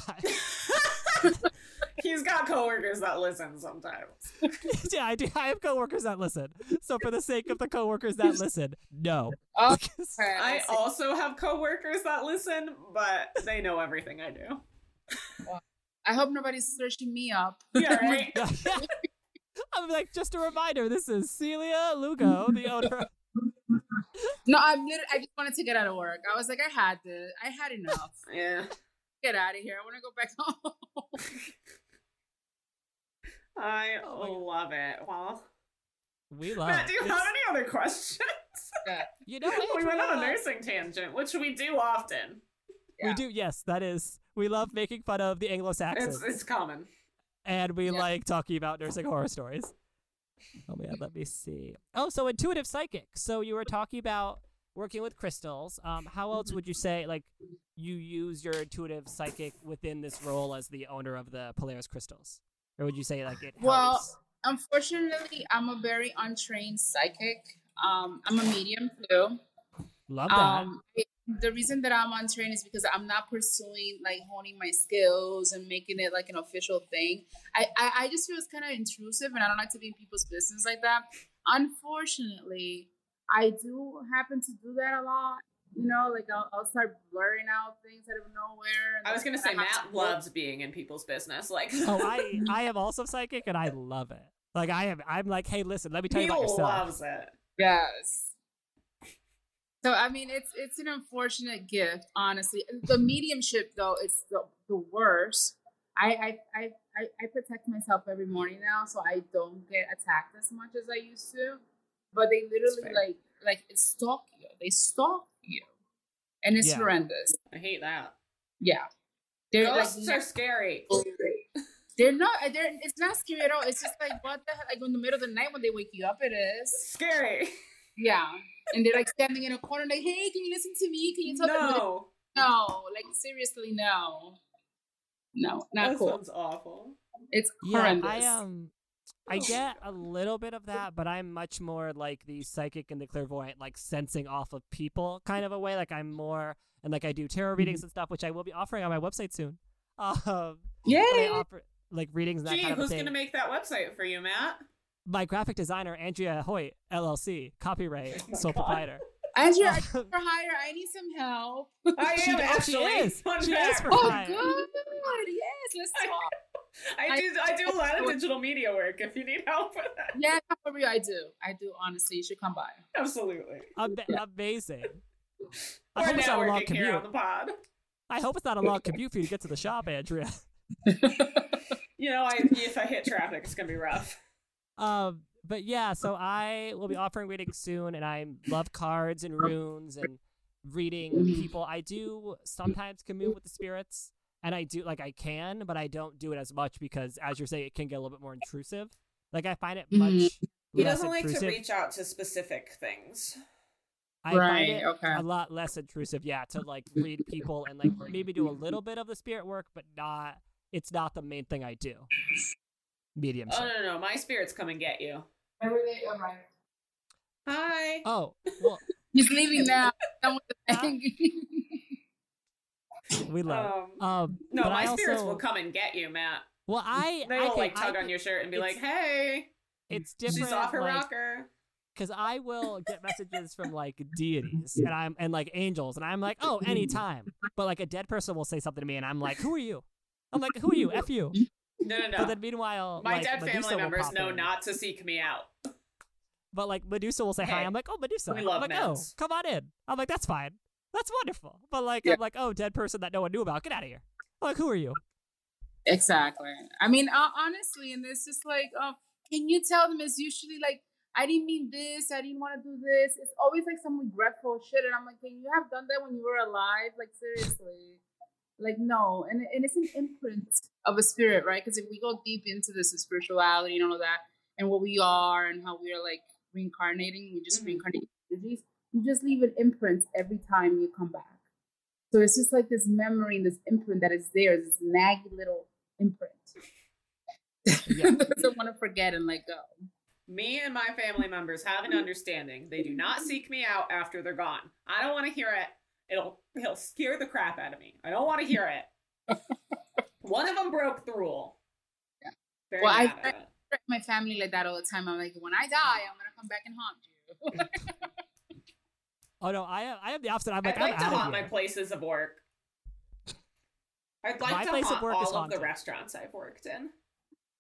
[SPEAKER 4] He's got coworkers that listen sometimes.
[SPEAKER 2] yeah, I do. I have coworkers that listen. So for the sake of the coworkers that listen, no.
[SPEAKER 3] Oh,
[SPEAKER 2] Because-
[SPEAKER 3] okay,
[SPEAKER 4] I
[SPEAKER 3] see.
[SPEAKER 4] also have coworkers that listen, but they know everything I do.
[SPEAKER 3] I hope nobody's searching me up.
[SPEAKER 4] Yeah, right?
[SPEAKER 2] I'm like, just a reminder. This is Celia Lugo, the owner. Of-
[SPEAKER 3] No, I'm literally, I just wanted to get out of work. I was like, I had this. I had enough.
[SPEAKER 4] yeah.
[SPEAKER 3] Get out of here. I want to go back home.
[SPEAKER 4] I
[SPEAKER 2] Oh my God.
[SPEAKER 4] love it. Well,
[SPEAKER 2] we love.
[SPEAKER 4] Matt, do you have
[SPEAKER 2] it's-
[SPEAKER 4] any other questions?
[SPEAKER 2] you
[SPEAKER 3] Oh
[SPEAKER 2] know,
[SPEAKER 4] we went on a
[SPEAKER 2] Andrea,
[SPEAKER 4] nursing tangent, which we do often.
[SPEAKER 2] We
[SPEAKER 3] Yeah.
[SPEAKER 2] do. Yes, that is. We love making fun of the Anglo-Saxons,
[SPEAKER 4] It's, it's common.
[SPEAKER 2] and we
[SPEAKER 3] Yeah.
[SPEAKER 2] like talking about nursing horror stories. Oh man, let me see. Oh, so intuitive psychic. So you were talking about working with crystals. Um, how else would you say like you use your intuitive psychic within this role as the owner of the Polaris crystals, or would you say like it?
[SPEAKER 3] Well,
[SPEAKER 2] helps?
[SPEAKER 3] Unfortunately, I'm a very untrained psychic. Um, I'm a medium too.
[SPEAKER 2] love that.
[SPEAKER 3] Um, the reason that I'm untrained is because I'm not pursuing like honing my skills and making it like an official thing. I, I, I just feel it's kind of intrusive and I don't like to be in people's business like that. Unfortunately, I do happen to do that a lot. You know, like I'll, I'll start blurring out things out of nowhere. and
[SPEAKER 4] I was going to
[SPEAKER 3] that's
[SPEAKER 4] say,
[SPEAKER 3] kinda how
[SPEAKER 4] Matt
[SPEAKER 3] I feel.
[SPEAKER 4] loves being in people's business. Like,
[SPEAKER 2] oh, I I am also psychic and I love it. Like I am, I'm like, hey, listen, let me tell you about
[SPEAKER 4] people
[SPEAKER 2] yourself.
[SPEAKER 4] loves it.
[SPEAKER 3] Yes. So I mean, it's it's an unfortunate gift, honestly. The mediumship, though, it's the, the worst. I I, I I I protect myself every morning now, so I don't get attacked as much as I used to. But they literally
[SPEAKER 4] fair.
[SPEAKER 3] like like stalk you. They stalk you, and it's
[SPEAKER 2] Yeah.
[SPEAKER 3] horrendous.
[SPEAKER 4] I hate that.
[SPEAKER 3] Yeah, they're
[SPEAKER 4] Ghosts
[SPEAKER 3] like
[SPEAKER 4] are scary.
[SPEAKER 3] they're not. They're it's not scary at all. It's just like what the hell? Like in the middle of the night when they wake you up, it is.
[SPEAKER 4] Scary.
[SPEAKER 3] Yeah. And they're like standing in a corner, like, hey, can you listen to me? Can you talk to me?
[SPEAKER 4] No.
[SPEAKER 3] No, like seriously, no. No, not
[SPEAKER 4] that
[SPEAKER 3] cool.
[SPEAKER 4] sounds awful.
[SPEAKER 3] It's
[SPEAKER 2] Yeah,
[SPEAKER 3] horrendous.
[SPEAKER 2] I um, I get a little bit of that, but I'm much more like the psychic and the clairvoyant, like sensing off of people kind of a way. Like I'm more and like I do tarot
[SPEAKER 4] Mm-hmm.
[SPEAKER 2] readings and stuff, which I will be offering on my website soon. Um, I
[SPEAKER 3] Yay!
[SPEAKER 2] offer like readings and that
[SPEAKER 4] Gee,
[SPEAKER 2] kind of a
[SPEAKER 4] who's
[SPEAKER 2] thing.
[SPEAKER 4] going to make that website for you, Matt?
[SPEAKER 2] my graphic designer Andrea Hoyt LLC, copyright
[SPEAKER 4] my
[SPEAKER 2] sole
[SPEAKER 4] God.
[SPEAKER 2] proprietor.
[SPEAKER 3] Andrew, I need
[SPEAKER 2] Um,
[SPEAKER 3] for hire. I need some help.
[SPEAKER 4] I
[SPEAKER 2] She-
[SPEAKER 4] am
[SPEAKER 2] oh, she
[SPEAKER 4] actually.
[SPEAKER 2] is.
[SPEAKER 4] Fun
[SPEAKER 2] She is
[SPEAKER 4] fact.
[SPEAKER 2] for-
[SPEAKER 3] Oh,
[SPEAKER 2] Hi.
[SPEAKER 3] good. Yes, let's talk.
[SPEAKER 4] I
[SPEAKER 3] I-
[SPEAKER 4] do. I do a lot of digital media work. If you need help with that,
[SPEAKER 3] Yeah, for real, I do. I do, honestly. You should come by.
[SPEAKER 4] absolutely.
[SPEAKER 2] Ama- amazing. I
[SPEAKER 4] We're
[SPEAKER 2] hope it's not
[SPEAKER 4] now
[SPEAKER 2] a long
[SPEAKER 4] working here
[SPEAKER 2] commute.
[SPEAKER 4] on the pod.
[SPEAKER 2] I hope it's not a long commute for you to get to the shop, Andrea.
[SPEAKER 4] You know, I, if I hit traffic, it's gonna be rough.
[SPEAKER 2] Um, but yeah, so I will be offering readings soon, and I love cards and runes and reading people. I do sometimes commune with the spirits, and I do like I can, but I don't do it as much because, as you're saying, it can get a little bit more intrusive. Like I find it much.
[SPEAKER 3] Mhm.
[SPEAKER 4] He
[SPEAKER 2] less
[SPEAKER 4] doesn't like to
[SPEAKER 2] intrusive.
[SPEAKER 4] reach out to specific things.
[SPEAKER 2] I find
[SPEAKER 3] Right,
[SPEAKER 2] it
[SPEAKER 3] okay.
[SPEAKER 2] A lot less intrusive, yeah, to like read people and like maybe do a little bit of the spirit work, but not it's not the main thing I do. Mediumship.
[SPEAKER 4] Oh no, no, no, my spirits come and get you.
[SPEAKER 3] Whenever they arrive.
[SPEAKER 4] Hi.
[SPEAKER 2] oh, well,
[SPEAKER 3] He's leaving now. Someone-
[SPEAKER 2] Oh, we love.
[SPEAKER 4] Um,
[SPEAKER 2] Um,
[SPEAKER 4] no,
[SPEAKER 2] but
[SPEAKER 4] my
[SPEAKER 2] I also,
[SPEAKER 4] spirits will come and get you, Matt.
[SPEAKER 2] Well, I
[SPEAKER 4] They
[SPEAKER 2] I
[SPEAKER 4] will
[SPEAKER 2] can-
[SPEAKER 4] like
[SPEAKER 2] I
[SPEAKER 4] tug on
[SPEAKER 2] can-
[SPEAKER 4] your shirt and be
[SPEAKER 2] it's
[SPEAKER 4] like, "Hey,
[SPEAKER 2] It's different.
[SPEAKER 4] she's off her
[SPEAKER 2] like,
[SPEAKER 4] rocker."
[SPEAKER 2] because I will get messages from like deities and I'm and like angels and I'm like, oh, anytime. But like a dead person will say something to me and I'm like, who are you? I'm like, who are you? F you.
[SPEAKER 4] No, no,
[SPEAKER 2] But
[SPEAKER 4] no.
[SPEAKER 2] then meanwhile,
[SPEAKER 4] My
[SPEAKER 2] like,
[SPEAKER 4] dead
[SPEAKER 2] Medusa
[SPEAKER 4] family
[SPEAKER 2] will
[SPEAKER 4] members
[SPEAKER 2] pop
[SPEAKER 4] know
[SPEAKER 2] in.
[SPEAKER 4] not to seek me out.
[SPEAKER 2] But like Medusa will say hi.
[SPEAKER 4] Hey,
[SPEAKER 2] I'm like, oh Medusa.
[SPEAKER 4] we love
[SPEAKER 2] I'm like, oh,
[SPEAKER 4] Mets.
[SPEAKER 2] come on in. I'm like, that's fine. That's wonderful. But like
[SPEAKER 3] Yeah.
[SPEAKER 2] I'm like, oh, dead person that no one knew about. Get out of here. I'm like, who are you?
[SPEAKER 3] exactly. I mean, uh, honestly, and it's just like, um, can you tell them it's usually like, I didn't mean this. I didn't want to do this. It's always like some regretful shit, and I'm like, can you have done that when you were alive? Like seriously, like no. And and it's an imprint of a spirit, right? Because if we go deep into this the spirituality and all of that, and what we are and how we are like reincarnating, we just
[SPEAKER 4] Mhm.
[SPEAKER 3] reincarnate energies. You just leave an imprint every time you come back. So it's just like this memory and this imprint that is there, this naggy little imprint.
[SPEAKER 2] Yeah.
[SPEAKER 3] Doesn't want to forget and let go.
[SPEAKER 4] Me and my family members have
[SPEAKER 2] Mm-hmm.
[SPEAKER 4] an understanding. They do not seek me out after they're gone. I don't want to hear it. It'll he'll scare the crap out of me. I don't want to hear it. One of them broke the rule.
[SPEAKER 3] Yeah.
[SPEAKER 4] Very
[SPEAKER 3] Well, I-
[SPEAKER 4] mad at it.
[SPEAKER 3] treat my family like that all the time. I'm like, when I die, I'm gonna come back and haunt you.
[SPEAKER 2] Oh no, I am I am the opposite. I'm like,
[SPEAKER 4] I'd like
[SPEAKER 2] I'm
[SPEAKER 4] to
[SPEAKER 2] out of
[SPEAKER 4] haunt my
[SPEAKER 2] here.
[SPEAKER 4] places of work. I'd like
[SPEAKER 2] My
[SPEAKER 4] to
[SPEAKER 2] place of
[SPEAKER 4] haunt
[SPEAKER 2] work is
[SPEAKER 4] all of the
[SPEAKER 2] haunted.
[SPEAKER 4] restaurants I've worked in.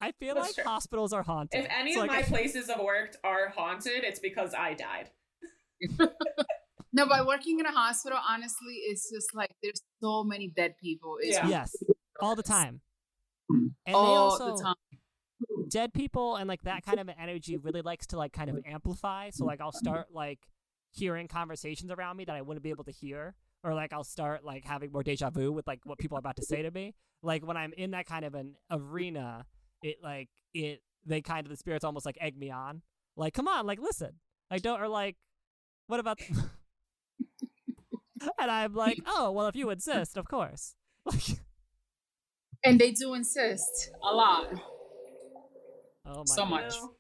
[SPEAKER 2] I feel
[SPEAKER 4] That's
[SPEAKER 2] like
[SPEAKER 4] true.
[SPEAKER 2] hospitals are haunted.
[SPEAKER 4] If any
[SPEAKER 2] It's
[SPEAKER 4] of
[SPEAKER 2] like-
[SPEAKER 4] my places of work are haunted, it's because I died.
[SPEAKER 3] no, by working in a hospital, honestly, it's just like there's so many dead people. It's
[SPEAKER 4] Yeah.
[SPEAKER 2] Yes, all the time. And they
[SPEAKER 3] all
[SPEAKER 2] also,
[SPEAKER 3] the time.
[SPEAKER 2] dead people and like that kind of energy really likes to like kind of amplify. So like I'll start like hearing conversations around me that I wouldn't be able to hear, or like I'll start like having more deja vu with like what people are about to say to me. Like when I'm in that kind of an arena, it like it they kind of the spirits almost like egg me on. Like come on, like listen, like don't or like what about? and I'm like oh well if you insist, of course. Like
[SPEAKER 3] And they do insist a lot.
[SPEAKER 2] oh my
[SPEAKER 3] So
[SPEAKER 2] God.
[SPEAKER 3] much.
[SPEAKER 4] No.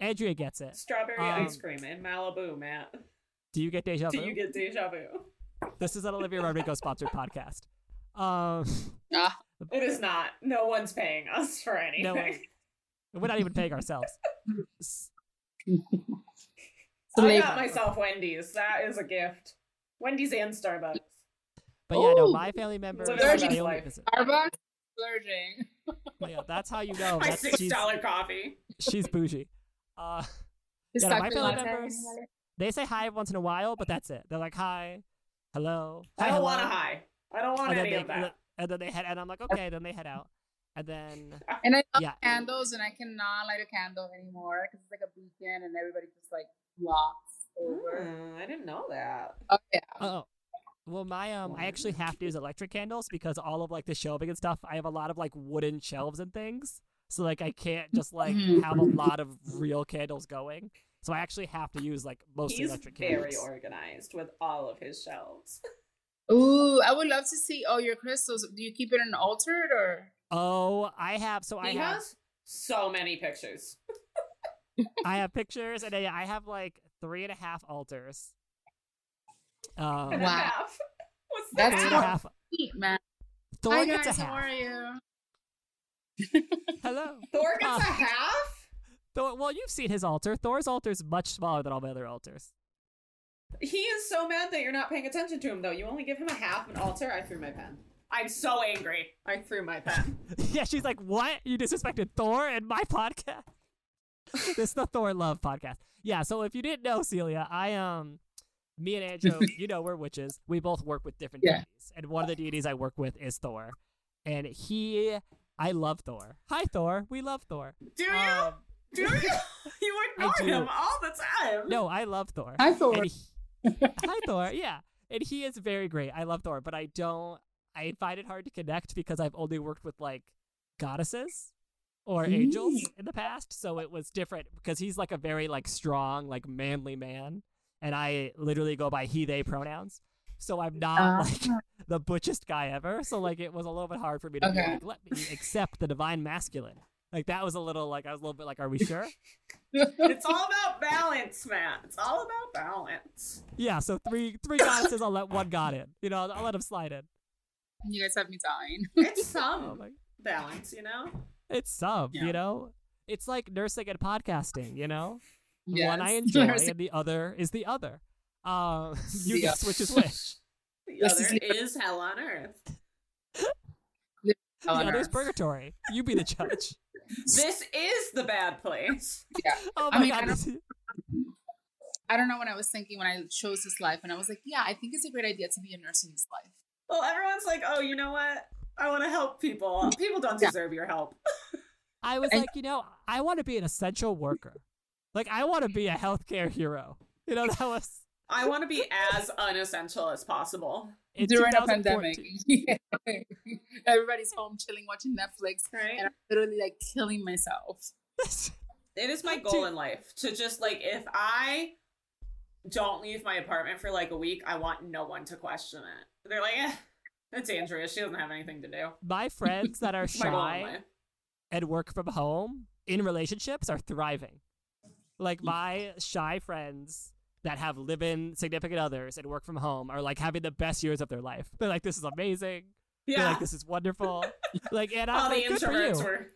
[SPEAKER 2] Andrea gets it.
[SPEAKER 4] Strawberry
[SPEAKER 2] Um,
[SPEAKER 4] ice cream in Malibu, Matt.
[SPEAKER 2] Do you get deja vu?
[SPEAKER 4] Do you get deja vu?
[SPEAKER 2] This is an Olivia Rodrigo sponsored podcast. Um,
[SPEAKER 3] Ah,
[SPEAKER 4] It is not. No one's paying us for anything.
[SPEAKER 2] No one- we're not even paying ourselves. S-
[SPEAKER 3] so
[SPEAKER 4] I
[SPEAKER 3] they-
[SPEAKER 4] got myself Wendy's. That is a gift. Wendy's and Starbucks.
[SPEAKER 2] But yeah, no,
[SPEAKER 3] Ooh.
[SPEAKER 2] my family members
[SPEAKER 4] Living
[SPEAKER 3] my
[SPEAKER 2] they
[SPEAKER 4] best
[SPEAKER 2] only
[SPEAKER 4] life.
[SPEAKER 2] visit.
[SPEAKER 3] Starbucks splurging.
[SPEAKER 2] Yeah, that's how you know
[SPEAKER 4] My
[SPEAKER 2] Oh, that's,
[SPEAKER 4] six
[SPEAKER 2] she's
[SPEAKER 4] dollar coffee.
[SPEAKER 2] she's bougie. Uh,
[SPEAKER 3] Just
[SPEAKER 2] Yeah, no,
[SPEAKER 3] talk
[SPEAKER 2] my
[SPEAKER 3] to
[SPEAKER 2] family
[SPEAKER 3] them.
[SPEAKER 2] members- they say hi once in a while, but that's it. They're like hi, hello.
[SPEAKER 4] I
[SPEAKER 2] hi,
[SPEAKER 4] don't want a
[SPEAKER 2] hello,"
[SPEAKER 4] high. I don't want
[SPEAKER 2] And then
[SPEAKER 4] any
[SPEAKER 2] they
[SPEAKER 4] of that.
[SPEAKER 2] and then they head and I'm like okay. Then they head out, and then
[SPEAKER 3] And I love
[SPEAKER 2] Yeah.
[SPEAKER 3] candles, and I cannot light a candle anymore because it's like a beacon, and everybody just like blocks
[SPEAKER 2] Hmm.
[SPEAKER 3] over.
[SPEAKER 4] Mm, I didn't know that.
[SPEAKER 3] Oh yeah.
[SPEAKER 2] oh. Well, my um, I actually have to use electric candles because all of like the shelving and stuff. I have a lot of like wooden shelves and things, so like I can't just like
[SPEAKER 3] Mhm.
[SPEAKER 2] have a lot of real candles going. So I actually have to use like mostly
[SPEAKER 4] He's
[SPEAKER 2] electric
[SPEAKER 4] very
[SPEAKER 2] candles.
[SPEAKER 4] organized with all of his shelves.
[SPEAKER 3] Ooh, I would love to see all your crystals. Do you keep it in an altered or?
[SPEAKER 2] oh, I have so I
[SPEAKER 4] he
[SPEAKER 2] have
[SPEAKER 4] has so many pictures.
[SPEAKER 2] I have pictures and I, I have like three and a half altars. Um,
[SPEAKER 4] And a
[SPEAKER 3] Wow.
[SPEAKER 4] half. What's the
[SPEAKER 3] That's
[SPEAKER 2] three and a
[SPEAKER 4] half?
[SPEAKER 2] half.
[SPEAKER 3] Sweet, man.
[SPEAKER 2] Thor
[SPEAKER 3] Hi
[SPEAKER 2] gets
[SPEAKER 3] guys,
[SPEAKER 2] a
[SPEAKER 3] how
[SPEAKER 2] half.
[SPEAKER 3] are you?
[SPEAKER 2] Hello.
[SPEAKER 4] Thor gets
[SPEAKER 2] Uh,
[SPEAKER 4] a half?
[SPEAKER 2] Thor, well, you've seen his altar. Thor's altar is much smaller than all my other altars.
[SPEAKER 4] He is so mad that you're not paying attention to him, though. You only give him a half an altar. I threw my pen. I'm so angry. I threw my pen.
[SPEAKER 2] yeah, she's like, "What? You disrespected Thor in my podcast?" this is the Thor love podcast. Yeah. So if you didn't know, Celia, I um, me and Andrew, you know, we're witches. We both work with different
[SPEAKER 3] Yeah.
[SPEAKER 2] deities. And one of the deities I work with is Thor. And he, I love Thor. Hi, Thor. We love Thor.
[SPEAKER 4] Do you?
[SPEAKER 2] Um,
[SPEAKER 4] do you? You ignore
[SPEAKER 2] do.
[SPEAKER 4] him all the time.
[SPEAKER 2] no, I love Thor.
[SPEAKER 3] I thought
[SPEAKER 2] And he- Hi, Thor. Yeah. And he is very great. I love Thor, but I don't, I find it hard to connect because I've only worked with like goddesses or
[SPEAKER 3] Mm.
[SPEAKER 2] angels in the past. So it was different because he's like a very like strong, like manly man. And I literally go by he, they pronouns. So I'm not
[SPEAKER 3] Ah.
[SPEAKER 2] like the butchest guy ever. So like it was a little bit hard for me to be
[SPEAKER 3] Okay.
[SPEAKER 2] like, let me accept the divine masculine. Like that was a little like, I was a little bit like, are we sure?
[SPEAKER 4] It's all about balance, Matt. It's all about balance.
[SPEAKER 2] yeah. So three, three goddesses. I'll let one god in, you know, I'll, I'll let him slide in.
[SPEAKER 3] you guys have me dying.
[SPEAKER 4] It's
[SPEAKER 2] Oh
[SPEAKER 4] some
[SPEAKER 2] my
[SPEAKER 4] balance, you know?
[SPEAKER 2] It's sub,
[SPEAKER 3] Yeah.
[SPEAKER 2] you know? It's like nursing and podcasting, you know? The One I
[SPEAKER 3] Yes.
[SPEAKER 2] enjoy and the other is the other. Um, you
[SPEAKER 3] Yeah.
[SPEAKER 2] can switch is which.
[SPEAKER 4] The
[SPEAKER 3] This
[SPEAKER 4] other
[SPEAKER 3] is-
[SPEAKER 4] is hell on earth.
[SPEAKER 2] The
[SPEAKER 3] Hell on
[SPEAKER 2] other's
[SPEAKER 3] earth.
[SPEAKER 2] purgatory. You be the judge.
[SPEAKER 4] This is the bad place.
[SPEAKER 2] Oh
[SPEAKER 3] I
[SPEAKER 2] my
[SPEAKER 3] mean, I
[SPEAKER 2] god.
[SPEAKER 3] don't-
[SPEAKER 2] This is,
[SPEAKER 3] I don't know what I was thinking when I chose this life, and I was like, yeah, I think it's a great idea to be a nurse in this life.
[SPEAKER 4] Well, everyone's like, oh, you know what? I want to help people. People don't
[SPEAKER 3] Yeah.
[SPEAKER 4] deserve your help.
[SPEAKER 2] I was
[SPEAKER 3] I-
[SPEAKER 2] like, you know, I want to be an essential worker. Like I want to be a healthcare hero. You know, that was
[SPEAKER 4] I want to be as unessential as possible.
[SPEAKER 2] in
[SPEAKER 3] During a
[SPEAKER 2] 2014.
[SPEAKER 3] pandemic, Yeah. everybody's home chilling, watching Netflix,
[SPEAKER 4] Right?
[SPEAKER 3] and I'm literally like killing myself.
[SPEAKER 4] it is my goal in life to just like if I don't leave my apartment for like a week, I want no one to question it. They're like, eh, that's Andrea. She doesn't have anything to do.
[SPEAKER 2] my friends that are
[SPEAKER 4] It's my goal in
[SPEAKER 2] shy
[SPEAKER 4] life.
[SPEAKER 2] and work from home in relationships are thriving. Like my shy friends that have live in significant others and work from home are like having the best years of their life. They're like, this is amazing. They're
[SPEAKER 4] Yeah.
[SPEAKER 2] like, this is wonderful. like, and I'm
[SPEAKER 4] All the
[SPEAKER 2] like, good for you.
[SPEAKER 4] introverts were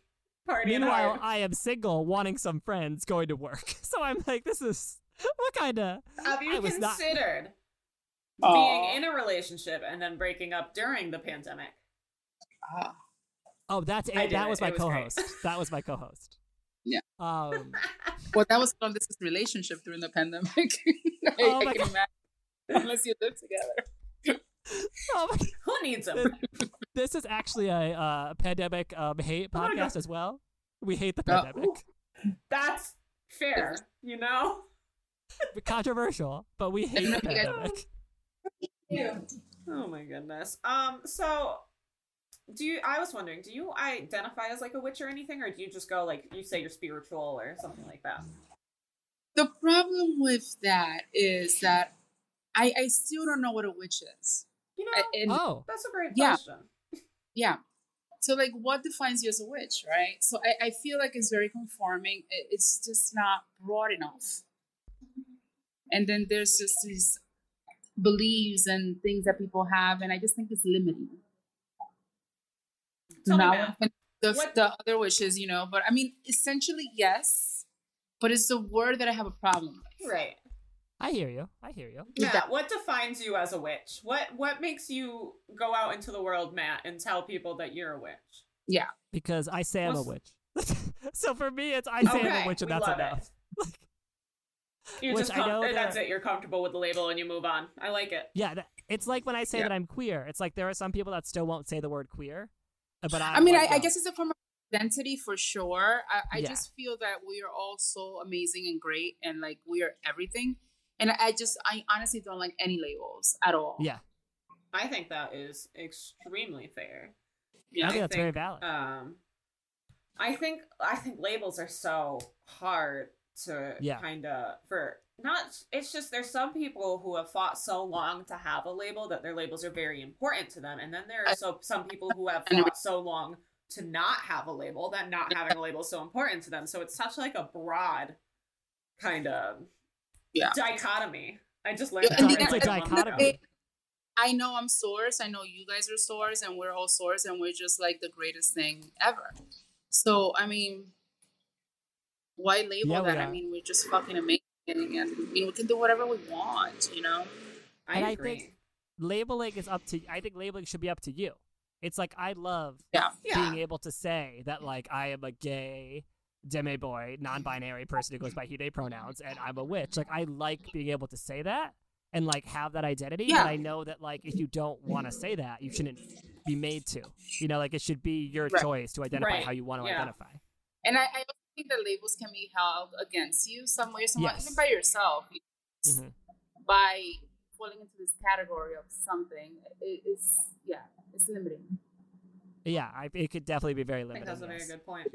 [SPEAKER 4] partying
[SPEAKER 2] Meanwhile,
[SPEAKER 4] hard.
[SPEAKER 2] I am single, wanting some friends, going to work. So I'm like, this is what kind of
[SPEAKER 4] Have you
[SPEAKER 2] I was not-
[SPEAKER 4] considered
[SPEAKER 3] Aw.
[SPEAKER 4] being in a relationship and then breaking up during the pandemic?
[SPEAKER 3] Ah.
[SPEAKER 2] oh that's
[SPEAKER 4] I did
[SPEAKER 2] that
[SPEAKER 4] it.
[SPEAKER 2] was my
[SPEAKER 4] It was great.
[SPEAKER 2] co-host. that was my co-host.
[SPEAKER 3] Yeah.
[SPEAKER 2] Um.
[SPEAKER 3] Well, that was long distance relationship during the pandemic. I,
[SPEAKER 2] Oh
[SPEAKER 3] I
[SPEAKER 2] my
[SPEAKER 3] can
[SPEAKER 2] God.
[SPEAKER 3] imagine. Unless you live together.
[SPEAKER 2] oh my
[SPEAKER 4] Who needs them?
[SPEAKER 2] This- this is actually a uh, pandemic um, hate
[SPEAKER 4] Oh my God. Uh,
[SPEAKER 2] podcast as well. We hate the
[SPEAKER 3] Oh.
[SPEAKER 2] pandemic.
[SPEAKER 4] That's fair, you know?
[SPEAKER 2] Controversial, but we hate the
[SPEAKER 3] Yeah.
[SPEAKER 2] pandemic.
[SPEAKER 3] Yeah.
[SPEAKER 4] Oh my goodness. Um, so do you I was wondering, do you identify as like a witch or anything, or do you just go like you say you're spiritual or something like that?
[SPEAKER 3] The problem with that is that I, I still don't know what a witch is.
[SPEAKER 4] You know,
[SPEAKER 3] I- and-
[SPEAKER 2] Oh,
[SPEAKER 4] that's a great
[SPEAKER 3] Yeah.
[SPEAKER 4] question.
[SPEAKER 3] yeah. So, like, what defines you as a witch, right? So, I, I feel like it's very conforming. I- It's just not broad enough. And then there's just these beliefs and things that people have, and I just think it's limiting.
[SPEAKER 4] Tell me
[SPEAKER 3] Now,
[SPEAKER 4] about
[SPEAKER 3] the,
[SPEAKER 4] What-
[SPEAKER 3] the other wishes, you know, but I mean, essentially, yes, but it's the word that I have a problem with.
[SPEAKER 4] Right.
[SPEAKER 2] I hear you. I hear you.
[SPEAKER 3] Is
[SPEAKER 4] Matt,
[SPEAKER 3] that-
[SPEAKER 4] what defines you as a witch? What what makes you go out into the world, Matt, and tell people that you're a witch?
[SPEAKER 2] Because I say I'm a witch. so for me, it's I say I'm
[SPEAKER 4] Okay,
[SPEAKER 2] a witch, and
[SPEAKER 4] we
[SPEAKER 2] that's
[SPEAKER 4] love
[SPEAKER 2] enough. Like,
[SPEAKER 4] You're
[SPEAKER 2] Which
[SPEAKER 4] just
[SPEAKER 2] I know
[SPEAKER 4] com- that's
[SPEAKER 2] that-
[SPEAKER 4] it. You're comfortable with the label and you move on. I like it.
[SPEAKER 2] yeah, that, it's like when I say
[SPEAKER 3] Yeah.
[SPEAKER 2] that I'm queer. It's like there are some people that still won't say the word queer, uh, but i
[SPEAKER 3] I mean, I, I guess it's a form of identity for sure. I, I
[SPEAKER 2] Yeah.
[SPEAKER 3] just feel that we are all so amazing and great, and like we are everything. And I just, I honestly don't like any labels at all.
[SPEAKER 2] yeah,
[SPEAKER 4] I think that is extremely fair.
[SPEAKER 2] I
[SPEAKER 3] Yeah.
[SPEAKER 2] think that's very
[SPEAKER 4] think,
[SPEAKER 2] valid.
[SPEAKER 4] Um, I think I think labels are so hard to
[SPEAKER 2] Yeah.
[SPEAKER 4] kind of for not. It's just there's some people who have fought so long to have a label that their labels are very important to them, and then there are so some people who have fought so long to not have a label that not having a label is so important to them. So it's such like a broad kind of
[SPEAKER 3] Yeah.
[SPEAKER 4] dichotomy. I just learned.
[SPEAKER 3] Yeah,
[SPEAKER 4] that
[SPEAKER 3] and
[SPEAKER 4] right
[SPEAKER 2] it's
[SPEAKER 4] a
[SPEAKER 2] a
[SPEAKER 4] month ago.
[SPEAKER 2] dichotomy.
[SPEAKER 3] I know I'm source. I know you guys are source, and we're all source, and we're just like the greatest thing ever. So, I mean, why label
[SPEAKER 2] Yeah, we
[SPEAKER 3] that? I
[SPEAKER 2] are.
[SPEAKER 3] mean, we're just fucking amazing, and I mean, we can do whatever we want, you know?
[SPEAKER 4] I
[SPEAKER 2] And I
[SPEAKER 4] agree.
[SPEAKER 2] think- Labeling is up to. I think labeling should be up to you. It's like I love
[SPEAKER 3] Yeah.
[SPEAKER 4] yeah.
[SPEAKER 2] being able to say that like I am a gay demi boy, non-binary person who goes by he they pronouns and I'm a witch. Like I like being able to say that. and like have that identity.
[SPEAKER 3] Yeah.
[SPEAKER 2] But I know that like if you don't want to say that, you shouldn't be made to. You know, like it should be your
[SPEAKER 3] Right.
[SPEAKER 2] choice to identify
[SPEAKER 4] Right.
[SPEAKER 2] how you want to
[SPEAKER 4] Yeah.
[SPEAKER 2] identify.
[SPEAKER 3] And I, I also think that labels can be held against you some way, someone,
[SPEAKER 2] Yes.
[SPEAKER 3] even by yourself,
[SPEAKER 2] Mhm.
[SPEAKER 3] by falling into this category of something. It, it's yeah, it's limiting.
[SPEAKER 2] Yeah, I, it could definitely be very
[SPEAKER 4] I think
[SPEAKER 2] limiting.
[SPEAKER 4] that's a very
[SPEAKER 2] yes.
[SPEAKER 4] good point.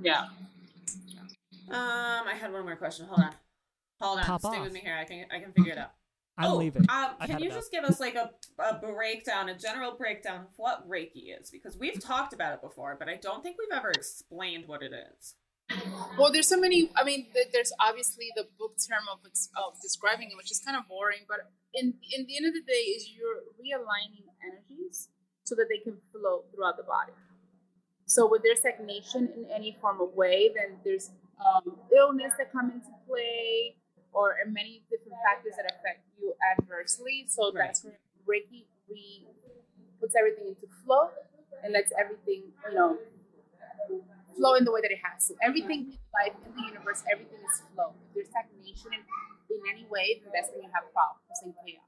[SPEAKER 3] Yeah.
[SPEAKER 4] Um, I had one more question. Hold on. Hold on.
[SPEAKER 2] Pop
[SPEAKER 4] Stay
[SPEAKER 2] off.
[SPEAKER 4] with me here. I can I can figure it out.
[SPEAKER 2] I'm
[SPEAKER 4] Oh,
[SPEAKER 2] leaving.
[SPEAKER 4] Um,
[SPEAKER 2] I've
[SPEAKER 4] can
[SPEAKER 2] had
[SPEAKER 4] you
[SPEAKER 2] enough.
[SPEAKER 4] just give us like a, a breakdown, a general breakdown of what Reiki is? Because we've talked about it before, but I don't think we've ever explained what it is.
[SPEAKER 3] Well, there's so many. I mean, th- there's obviously the book term of, ex- of describing it, which is kind of boring. But in in the end of the day, is you're realigning energies so that they can flow throughout the body. So when there's stagnation in any form of way, then there's um, illness that come into play, or many different factors that affect you adversely. So
[SPEAKER 4] Right.
[SPEAKER 3] that's where Reiki re puts everything into flow and lets everything you know flow in the way that it has to. Everything in life, in the universe, everything is flow. If there's stagnation in, in any way, then that's when you have problems and chaos.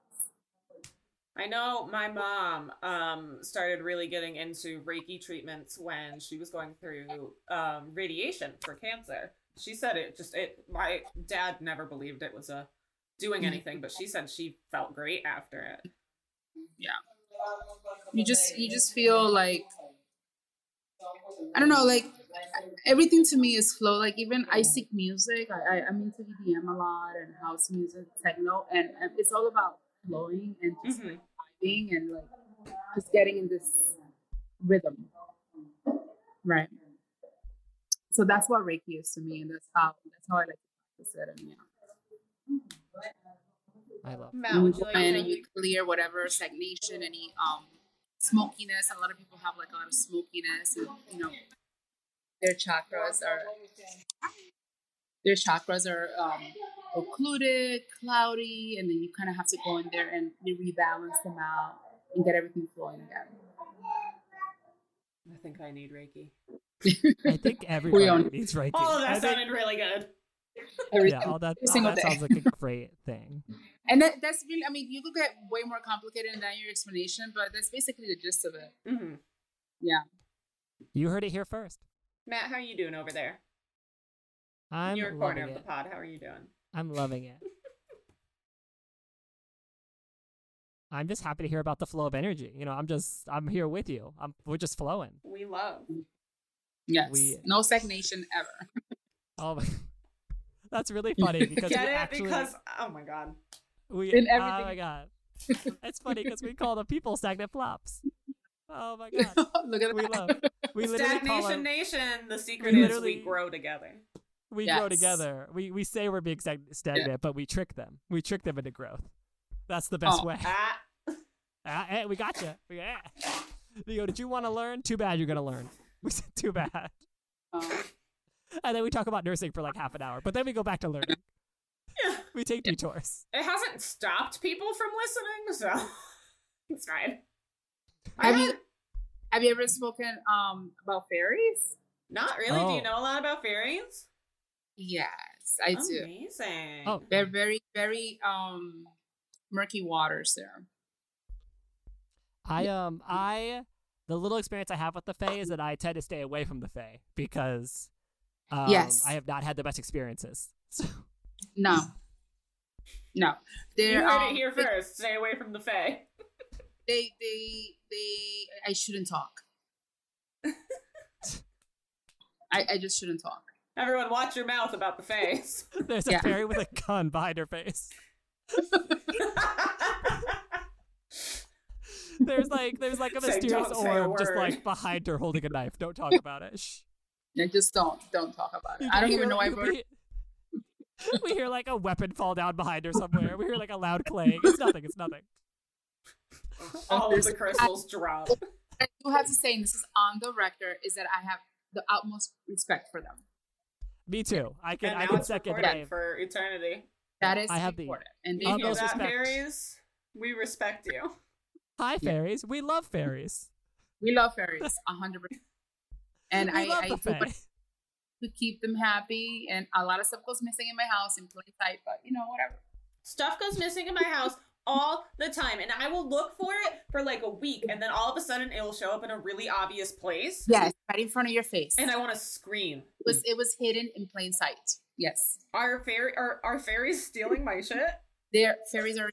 [SPEAKER 4] I know my mom um, started really getting into Reiki treatments when she was going through um, radiation for cancer. She said it just it. My dad never believed it was a doing
[SPEAKER 2] Mm-hmm.
[SPEAKER 4] anything, but she said she felt great after it.
[SPEAKER 3] You just you just feel like I don't know, like everything to me is flow. Like even I seek music. I, I I'm into EDM a lot and house music, techno, and, and it's all about flowing and just
[SPEAKER 4] Mhm.
[SPEAKER 3] vibing and like just getting in this rhythm, right? So that's what Reiki is to me, and that's how that's how I like to practice it. And yeah,
[SPEAKER 2] I love.
[SPEAKER 4] Matt, would you like
[SPEAKER 3] and you
[SPEAKER 4] to?
[SPEAKER 3] clear whatever stagnation, any um smokiness. A lot of people have like a lot of smokiness, and you know their chakras are their chakras are um, occluded, cloudy, and then you kind of have to go in there and rebalance them out and get everything flowing again.
[SPEAKER 4] I think I need Reiki.
[SPEAKER 2] I think everybody
[SPEAKER 3] own-
[SPEAKER 2] needs Reiki.
[SPEAKER 4] All of
[SPEAKER 2] I
[SPEAKER 4] that
[SPEAKER 2] think-
[SPEAKER 4] sounded really good.
[SPEAKER 2] yeah, all that, all
[SPEAKER 3] single
[SPEAKER 2] that
[SPEAKER 3] day.
[SPEAKER 2] sounds like a great thing.
[SPEAKER 3] And that, that's really, I mean, you could get way more complicated than your explanation, but that's basically the gist of it.
[SPEAKER 4] hmm
[SPEAKER 2] You heard it here first.
[SPEAKER 4] Matt, how you doing over there?
[SPEAKER 2] I'm
[SPEAKER 4] Your corner
[SPEAKER 2] loving
[SPEAKER 4] of the
[SPEAKER 2] it.
[SPEAKER 4] pod. How are you doing?
[SPEAKER 2] I'm loving it. I'm just happy to hear about the flow of energy. You know, I'm just I'm here with you. I'm we're just flowing.
[SPEAKER 4] We love.
[SPEAKER 3] Yes.
[SPEAKER 2] We-
[SPEAKER 3] no stagnation ever.
[SPEAKER 2] Oh my That's really funny because
[SPEAKER 4] Get
[SPEAKER 2] we
[SPEAKER 4] it?
[SPEAKER 2] actually
[SPEAKER 4] because oh my god.
[SPEAKER 2] we
[SPEAKER 3] in
[SPEAKER 2] Oh
[SPEAKER 3] everything.
[SPEAKER 2] my god. It's funny because we call the people stagnant flops. Oh my god.
[SPEAKER 3] Look at
[SPEAKER 2] We
[SPEAKER 3] that.
[SPEAKER 2] love we literally call
[SPEAKER 4] Stagnation
[SPEAKER 2] them,
[SPEAKER 4] Nation. The secret
[SPEAKER 2] We
[SPEAKER 4] is we
[SPEAKER 2] literally-
[SPEAKER 4] grow together.
[SPEAKER 2] we grow
[SPEAKER 3] Yes.
[SPEAKER 2] together. We we say we're being stag- stagnant, but we trick them. We trick them into growth. That's the best
[SPEAKER 3] Oh,
[SPEAKER 2] way.
[SPEAKER 4] Ah,
[SPEAKER 2] Ah, hey, we got you. We, yeah. They go, did you want to learn? Too bad you're going to learn. We said, too bad.
[SPEAKER 3] Um,
[SPEAKER 2] And then we talk about nursing for like half an hour, but then we go back to learning.
[SPEAKER 4] Yeah.
[SPEAKER 2] We take detours.
[SPEAKER 4] it hasn't stopped people from listening, so it's fine.
[SPEAKER 3] Have you-
[SPEAKER 4] haven't-
[SPEAKER 3] have you ever spoken um, about fairies?
[SPEAKER 4] Not really. Do
[SPEAKER 2] Oh.
[SPEAKER 4] you know a lot about fairies?
[SPEAKER 3] Yes, I do.
[SPEAKER 4] Amazing.
[SPEAKER 2] Oh,
[SPEAKER 3] They're very, very um, murky waters there.
[SPEAKER 2] I, um, I, the little experience I have with the Fae is that I tend to stay away from the Fae because, um,
[SPEAKER 3] Yes.
[SPEAKER 2] I have not had the best experiences. So,
[SPEAKER 3] No.
[SPEAKER 4] you
[SPEAKER 3] No. They're,
[SPEAKER 4] heard
[SPEAKER 3] um,
[SPEAKER 4] it here
[SPEAKER 3] they-
[SPEAKER 4] first. Stay away from the Fae.
[SPEAKER 3] They, they, they, I shouldn't talk. I, I just shouldn't talk.
[SPEAKER 4] Everyone, watch your mouth about the Faes.
[SPEAKER 2] there's a
[SPEAKER 3] Yeah.
[SPEAKER 2] fairy with a gun behind her face. There's like, there's like a
[SPEAKER 4] Say,
[SPEAKER 2] mysterious
[SPEAKER 4] "Don't say a
[SPEAKER 2] orb just
[SPEAKER 4] word."
[SPEAKER 2] like behind her holding a knife. Don't talk about it. Shh.
[SPEAKER 3] I just don't don't talk about it.
[SPEAKER 2] You can
[SPEAKER 3] I don't
[SPEAKER 2] hear-
[SPEAKER 3] even know why I
[SPEAKER 2] you
[SPEAKER 3] wrote
[SPEAKER 2] can
[SPEAKER 3] it.
[SPEAKER 2] be- We hear like a weapon fall down behind her somewhere. We hear like a loud clang. It's nothing. It's nothing.
[SPEAKER 4] All of the crystals drop.
[SPEAKER 3] I do have to say, and this is on the record, is that I have the utmost respect for them.
[SPEAKER 2] Me too. I can.
[SPEAKER 4] And
[SPEAKER 2] I
[SPEAKER 4] now
[SPEAKER 2] can
[SPEAKER 4] it's
[SPEAKER 2] second
[SPEAKER 4] recorded
[SPEAKER 2] wave.
[SPEAKER 4] for eternity.
[SPEAKER 3] That is
[SPEAKER 2] I have the-
[SPEAKER 3] important. And
[SPEAKER 4] You
[SPEAKER 2] All
[SPEAKER 3] they
[SPEAKER 4] hear
[SPEAKER 2] those
[SPEAKER 3] know
[SPEAKER 4] that,
[SPEAKER 3] that.
[SPEAKER 2] respect.
[SPEAKER 4] fairies? We respect you.
[SPEAKER 2] Hi
[SPEAKER 3] Yeah.
[SPEAKER 2] fairies. We love fairies.
[SPEAKER 3] we love fairies, hundred percent. And
[SPEAKER 2] we
[SPEAKER 3] I,
[SPEAKER 2] love
[SPEAKER 3] I
[SPEAKER 2] the
[SPEAKER 3] do
[SPEAKER 2] fae.
[SPEAKER 3] what to keep them happy. And a lot of stuff goes missing in my house in plain sight, but you know, whatever.
[SPEAKER 4] Stuff goes missing in my house all the time, and I will look for it for like a week, and then all of a sudden it will show up in a really obvious place.
[SPEAKER 3] Yes, right in front of your face.
[SPEAKER 4] And I want to scream.
[SPEAKER 3] it was it was hidden in plain sight. Yes,
[SPEAKER 4] Are fairy are, are fairies stealing my shit?
[SPEAKER 3] there fairies are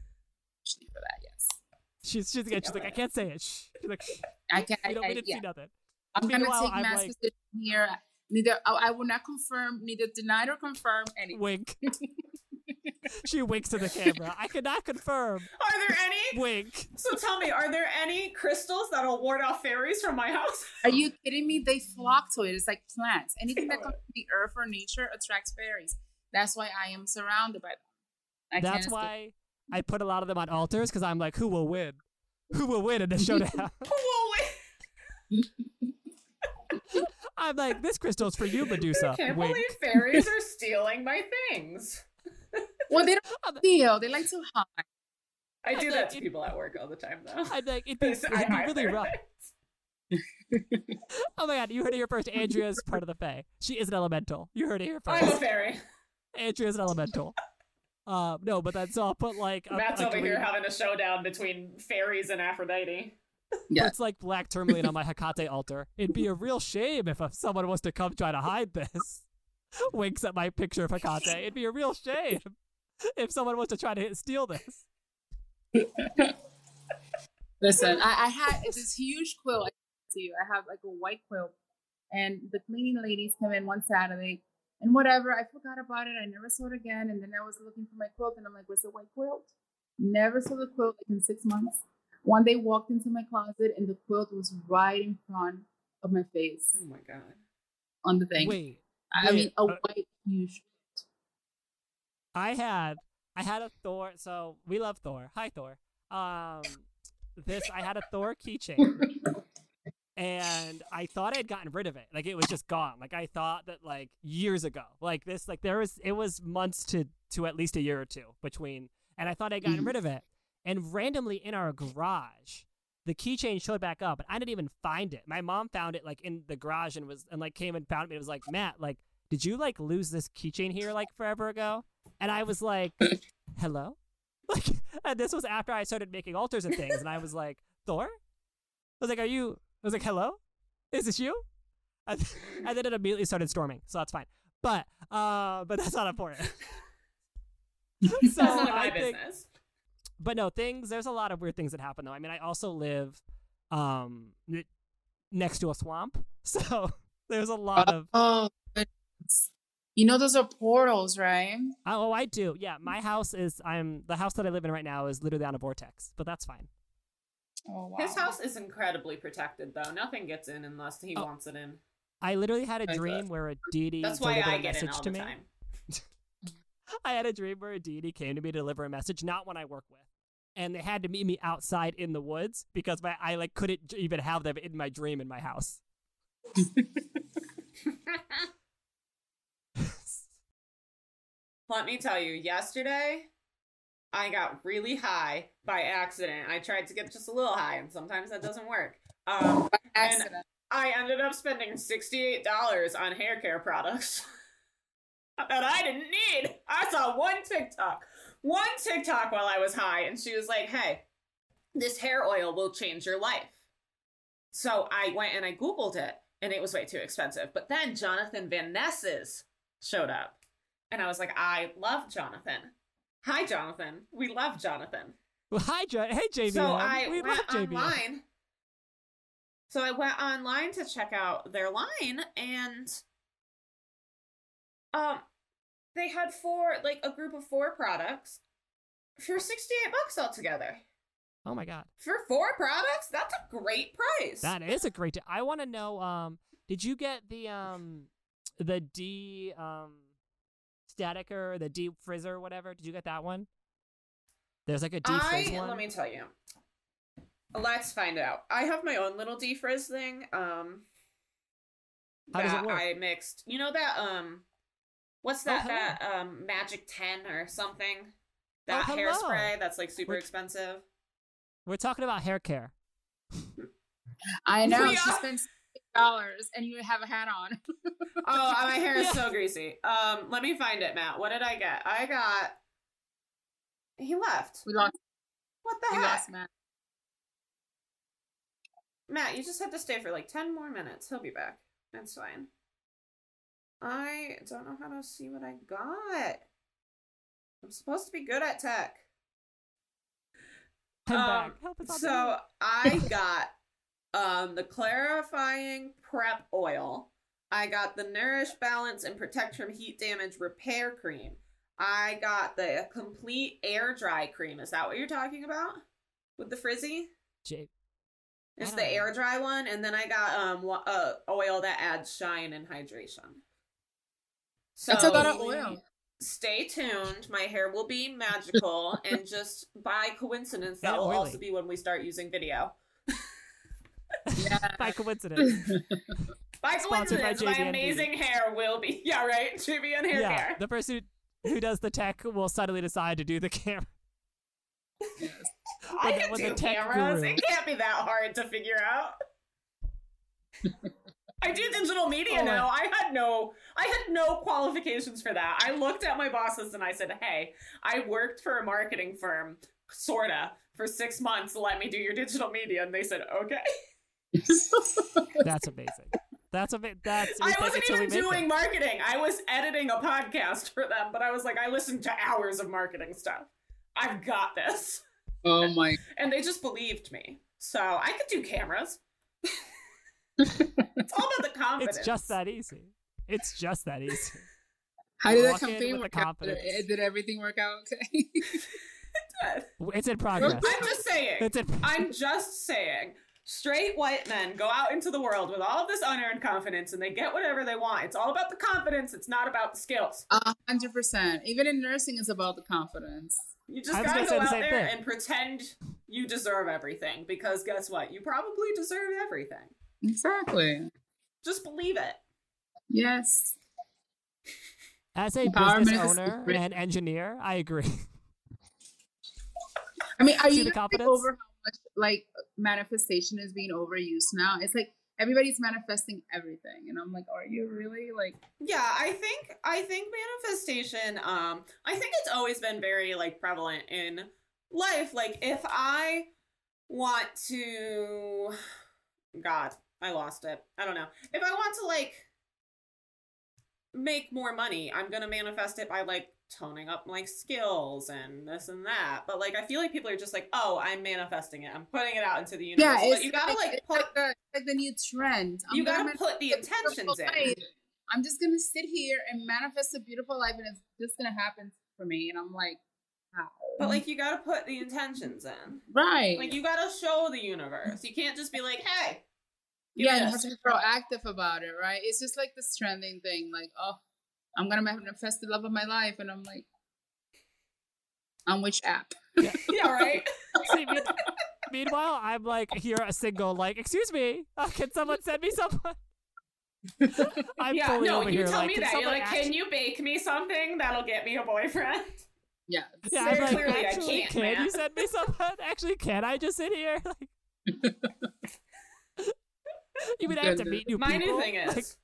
[SPEAKER 3] actually for that. Yes,
[SPEAKER 2] She's she's, again, she's like I can't say it. Shh. She's like "Shh,
[SPEAKER 3] I can.
[SPEAKER 2] you know
[SPEAKER 3] I,
[SPEAKER 2] we didn't
[SPEAKER 3] yeah.
[SPEAKER 2] see nothing.
[SPEAKER 3] I'm gonna
[SPEAKER 2] Meanwhile,
[SPEAKER 3] take
[SPEAKER 2] I'm
[SPEAKER 3] mass
[SPEAKER 2] like-
[SPEAKER 3] position here. Neither oh, I, I will not confirm, neither deny or confirm anything.
[SPEAKER 2] Wink. she winks to the camera. I cannot confirm.
[SPEAKER 4] Are there any?
[SPEAKER 2] Wink.
[SPEAKER 4] So tell me, are there any crystals that'll ward off fairies from my house?
[SPEAKER 3] Are you kidding me? They flock to it. It's like plants. Anything that comes from the earth or nature attracts fairies. That's why I am surrounded by them. I can't
[SPEAKER 2] That's
[SPEAKER 3] escape.
[SPEAKER 2] why I put a lot of them on altars because I'm like, who will win? Who will win in the showdown?
[SPEAKER 4] Whoa, wait.
[SPEAKER 2] I'm like, this crystal's for you,
[SPEAKER 4] I
[SPEAKER 2] Medusa.
[SPEAKER 4] can't
[SPEAKER 2] Wink.
[SPEAKER 4] believe fairies are stealing my things.
[SPEAKER 3] Well, they
[SPEAKER 2] I'm-
[SPEAKER 3] don't steal. They like to hide.
[SPEAKER 4] I do
[SPEAKER 2] I
[SPEAKER 4] that
[SPEAKER 2] thought
[SPEAKER 4] to
[SPEAKER 2] it-
[SPEAKER 4] people at work all the time, though.
[SPEAKER 2] I'm like, it'd be, it'd
[SPEAKER 4] I
[SPEAKER 2] be
[SPEAKER 4] hide
[SPEAKER 2] really
[SPEAKER 4] their
[SPEAKER 2] rough.
[SPEAKER 4] things.
[SPEAKER 2] Oh my god, you heard it here first. Andrea's part of the Fae. She is an elemental. You heard it here
[SPEAKER 4] I'm a
[SPEAKER 2] first.
[SPEAKER 4] fairy.
[SPEAKER 2] Andrea's an elemental. Um, no, but that's all. But like, a,
[SPEAKER 4] Matt's
[SPEAKER 2] a
[SPEAKER 4] over
[SPEAKER 2] green-
[SPEAKER 4] here having a showdown between fairies and Aphrodite.
[SPEAKER 3] Yeah.
[SPEAKER 2] It's like black tourmaline on my Hecate altar. It'd be a real shame if someone was to come try to hide this. Winks at my picture of Hecate. It'd be a real shame if someone was to try to steal this.
[SPEAKER 4] Oh
[SPEAKER 3] Listen, I, I had this huge quilt. I to you, I have like a white quilt, and the cleaning ladies came in one Saturday, and whatever. I forgot about it. I never saw it again. And then I was looking for my quilt, and I'm like, "Where's the white quilt?" Never saw the quilt like in six months. One day, walked into my closet, and the quilt was right in front of my face
[SPEAKER 4] Oh my god.
[SPEAKER 3] on the thing.
[SPEAKER 2] Wait,
[SPEAKER 3] I mean,
[SPEAKER 2] wait,
[SPEAKER 3] a
[SPEAKER 2] uh,
[SPEAKER 3] white huge.
[SPEAKER 2] I had I had a Thor. So we love Thor. Hi Thor. Um, this I had a Thor keychain, and I thought I had gotten rid of it. Like it was just gone. Like I thought that like years ago. Like this. Like there was it was months to to at least a year or two between, and I thought I would gotten
[SPEAKER 3] Mhm.
[SPEAKER 2] rid of it. And randomly in our garage, the keychain showed back up, and I didn't even find it. My mom found it like in the garage and was and like came and found me. It was like Matt, like did you like lose this keychain here like forever ago? And I was like, hello? Like, and this was after I started making altars and things. And I was like, Thor? I was like, are you? I was like, hello? Is this you? And, and then it immediately started storming. So that's fine. But, uh, but that's not important. so
[SPEAKER 4] That's none of my
[SPEAKER 2] I think,
[SPEAKER 4] business.
[SPEAKER 2] but no things there's a lot of weird things that happen though i mean i also live um n- next to a swamp so there's a lot of
[SPEAKER 3] Oh, goodness. you know those are portals, right?
[SPEAKER 2] oh i do yeah my house is i'm the house that i live in right now is literally on a vortex but that's fine
[SPEAKER 3] Oh wow.
[SPEAKER 4] His house is incredibly protected, though. Nothing gets in unless he
[SPEAKER 2] Oh.
[SPEAKER 4] wants it in.
[SPEAKER 2] i literally had a
[SPEAKER 3] I
[SPEAKER 2] dream
[SPEAKER 3] thought-
[SPEAKER 2] where a deity
[SPEAKER 4] That's why
[SPEAKER 2] delivered
[SPEAKER 4] I
[SPEAKER 2] a
[SPEAKER 4] get in
[SPEAKER 2] message
[SPEAKER 4] all
[SPEAKER 2] to
[SPEAKER 4] the
[SPEAKER 2] me
[SPEAKER 4] time.
[SPEAKER 2] i had a dream where a deity came to me to deliver a message not one i work with and they had to meet me outside in the woods because my, i like couldn't j- even have them in my dream in my house
[SPEAKER 4] Let me tell you, yesterday I got really high by accident. I tried to get just a little high, and sometimes that doesn't work. Um,
[SPEAKER 3] Accident.
[SPEAKER 4] I ended up spending $68 on hair care products that I didn't need. I saw one TikTok, one TikTok while I was high, and she was like, hey, this hair oil will change your life. So I went and I Googled it, and it was way too expensive. But then Jonathan Van Ness's showed up, and I was like, I love Jonathan. Hi, Jonathan. We love Jonathan.
[SPEAKER 2] well, hi J- hey jvm
[SPEAKER 4] So I
[SPEAKER 2] we
[SPEAKER 4] went
[SPEAKER 2] love jvm
[SPEAKER 4] online. So I went online to check out their line, and um, they had four like a group of four products for sixty eight bucks altogether.
[SPEAKER 2] oh my god
[SPEAKER 4] For four products, that's a great price.
[SPEAKER 2] That is a great. Di- I want to know. Um, did you get the um, the D um, staticker, the D frizzer, whatever? Did you get that one? There's like a D frizz
[SPEAKER 4] I
[SPEAKER 2] one.
[SPEAKER 4] let me tell you. Let's find out. I have my own little defrizz thing. Um,
[SPEAKER 2] How does it
[SPEAKER 4] that
[SPEAKER 2] work?
[SPEAKER 4] I mixed. You know that um, what's
[SPEAKER 2] Oh,
[SPEAKER 4] that
[SPEAKER 2] hello. Oh,
[SPEAKER 4] that um magic ten or something? That
[SPEAKER 2] hello.
[SPEAKER 4] hairspray that's like super
[SPEAKER 2] Which-
[SPEAKER 4] expensive.
[SPEAKER 2] We're talking about hair care.
[SPEAKER 3] I know.
[SPEAKER 4] We
[SPEAKER 3] She
[SPEAKER 4] are-
[SPEAKER 3] spent dollars and you have a hat on.
[SPEAKER 4] Oh, my hair is so greasy. Um, let me find it, Matt. What did I get? I got He left.
[SPEAKER 3] We lost.
[SPEAKER 4] What the
[SPEAKER 3] We
[SPEAKER 4] heck?
[SPEAKER 3] lost Matt.
[SPEAKER 4] Matt, you just have to stay for like 10 more minutes. He'll be back. That's fine. I don't know how to see what I got. I'm supposed to be good at tech.
[SPEAKER 2] I'm
[SPEAKER 4] Um,
[SPEAKER 2] back. Help us out.
[SPEAKER 4] So I got um the clarifying prep oil. I got the nourish balance and protect from heat damage repair cream. I got the complete air dry cream. Is that what you're talking about? With the frizzy?
[SPEAKER 2] J- I
[SPEAKER 4] It's the
[SPEAKER 2] don't
[SPEAKER 4] air
[SPEAKER 2] know.
[SPEAKER 4] dry one, and then I got um wa- uh, oil that adds shine and hydration. So
[SPEAKER 3] That's a lot of oil.
[SPEAKER 4] Stay tuned. My hair will be magical, and just by coincidence, that
[SPEAKER 2] And
[SPEAKER 4] will
[SPEAKER 2] oily.
[SPEAKER 4] also be when we start using video. uh,
[SPEAKER 2] by coincidence.
[SPEAKER 4] By
[SPEAKER 2] Sponsored by
[SPEAKER 4] coincidence, my
[SPEAKER 2] JVND.
[SPEAKER 4] amazing hair will be. Yeah, right. JVN hair
[SPEAKER 2] yeah,
[SPEAKER 4] care.
[SPEAKER 2] the person who, who does the tech will suddenly decide to do the camera.
[SPEAKER 4] I
[SPEAKER 2] with the-
[SPEAKER 4] can
[SPEAKER 2] with the
[SPEAKER 4] do
[SPEAKER 2] tech
[SPEAKER 4] cameras.
[SPEAKER 2] guru.
[SPEAKER 4] It can't be that hard to figure out. I do digital media
[SPEAKER 2] Oh,
[SPEAKER 4] now. I had no, I had no qualifications for that. I looked at my bosses and I said, "Hey, I worked for a marketing firm, sorta, for six months. Let me do your digital media." And they said, "Okay."
[SPEAKER 2] That's amazing. That's amazing. That's we
[SPEAKER 4] I
[SPEAKER 2] think
[SPEAKER 4] wasn't
[SPEAKER 2] it's what
[SPEAKER 4] even
[SPEAKER 2] we make
[SPEAKER 4] doing
[SPEAKER 2] them.
[SPEAKER 4] marketing. I was editing a podcast for them, but I was like, I listened to hours of marketing stuff. I've got this.
[SPEAKER 5] Oh my.
[SPEAKER 4] and they just believed me. So I could do cameras. it's all about the confidence.
[SPEAKER 2] It's just that easy. It's just that easy.
[SPEAKER 5] How did that
[SPEAKER 2] Walk in
[SPEAKER 5] campaign
[SPEAKER 2] with
[SPEAKER 5] work
[SPEAKER 2] the
[SPEAKER 5] out? Did,
[SPEAKER 2] confidence.
[SPEAKER 5] did everything work out okay?
[SPEAKER 2] It's in progress.
[SPEAKER 4] I'm just saying.
[SPEAKER 2] It's in.
[SPEAKER 4] I'm just saying. Straight white men go out into the world with all of this unearned confidence and they get whatever they want. It's all about the confidence. It's not about the skills.
[SPEAKER 3] Uh,
[SPEAKER 5] Hundred percent.
[SPEAKER 3] even in nursing, it's about the confidence.
[SPEAKER 4] You just
[SPEAKER 2] I was
[SPEAKER 4] gotta
[SPEAKER 2] gonna
[SPEAKER 4] go
[SPEAKER 2] say the
[SPEAKER 4] out
[SPEAKER 2] same
[SPEAKER 4] there
[SPEAKER 2] thing.
[SPEAKER 4] and pretend you deserve everything because guess what? You probably deserve everything.
[SPEAKER 5] Exactly.
[SPEAKER 4] Just believe it.
[SPEAKER 5] Yes.
[SPEAKER 2] As a
[SPEAKER 5] Empowerment
[SPEAKER 2] business
[SPEAKER 5] is
[SPEAKER 2] owner
[SPEAKER 5] great.
[SPEAKER 2] and engineer, I agree.
[SPEAKER 3] I mean, are
[SPEAKER 2] See
[SPEAKER 3] you
[SPEAKER 2] the
[SPEAKER 3] guys, like,
[SPEAKER 2] confidence?
[SPEAKER 3] over how much like manifestation is being overused now? It's like everybody's manifesting everything, and I'm like, are you really like?
[SPEAKER 4] Yeah, I think I think manifestation um I think it's always been very like prevalent in life like if I want to god, I lost it. I don't know. If I want to like make more money, I'm going to manifest it by like toning up my skills and this and that. But like I feel like people are just like, "Oh, I'm manifesting it. I'm putting it out into the universe."
[SPEAKER 3] Yeah,
[SPEAKER 4] but
[SPEAKER 3] it's
[SPEAKER 4] you got to like
[SPEAKER 3] it's
[SPEAKER 4] put
[SPEAKER 3] like the, it's like the new trend. I'm
[SPEAKER 4] you
[SPEAKER 3] gonna
[SPEAKER 4] got to put the
[SPEAKER 3] manifest a beautiful
[SPEAKER 4] intentions in.
[SPEAKER 3] life. I'm just gonna sit here and manifest a beautiful life, and it's just gonna happen for me. And I'm like, how?
[SPEAKER 2] Mm.
[SPEAKER 4] But like you got to put the intentions in.
[SPEAKER 3] right?
[SPEAKER 4] Like you gotta show the universe. You can't just be like, hey. give
[SPEAKER 3] yeah,
[SPEAKER 4] me
[SPEAKER 3] you have
[SPEAKER 4] this.
[SPEAKER 3] to be proactive about it, right? It's just like this trending thing, like, oh, I'm gonna manifest the love of my life, and I'm like, on which app?
[SPEAKER 4] yeah, right.
[SPEAKER 2] See, mean- meanwhile, I'm like here a single. Like, excuse me, uh, can someone send me someone? I'm
[SPEAKER 4] yeah,
[SPEAKER 2] fully
[SPEAKER 4] no,
[SPEAKER 2] over
[SPEAKER 4] you
[SPEAKER 2] here.
[SPEAKER 4] tell
[SPEAKER 2] like,
[SPEAKER 4] me
[SPEAKER 2] can
[SPEAKER 4] that. You're
[SPEAKER 2] someone
[SPEAKER 4] like,
[SPEAKER 2] act-
[SPEAKER 4] can you bake me something that'll get me a boyfriend?
[SPEAKER 3] Yeah,
[SPEAKER 2] Yeah, I'm like,
[SPEAKER 4] Clearly, I
[SPEAKER 2] actually,
[SPEAKER 4] can't,
[SPEAKER 2] can
[SPEAKER 4] Matt.
[SPEAKER 2] you send me someone? Actually, can I just sit here? Like, you would have to meet new
[SPEAKER 4] My
[SPEAKER 2] people.
[SPEAKER 4] new thing
[SPEAKER 2] Like,
[SPEAKER 4] is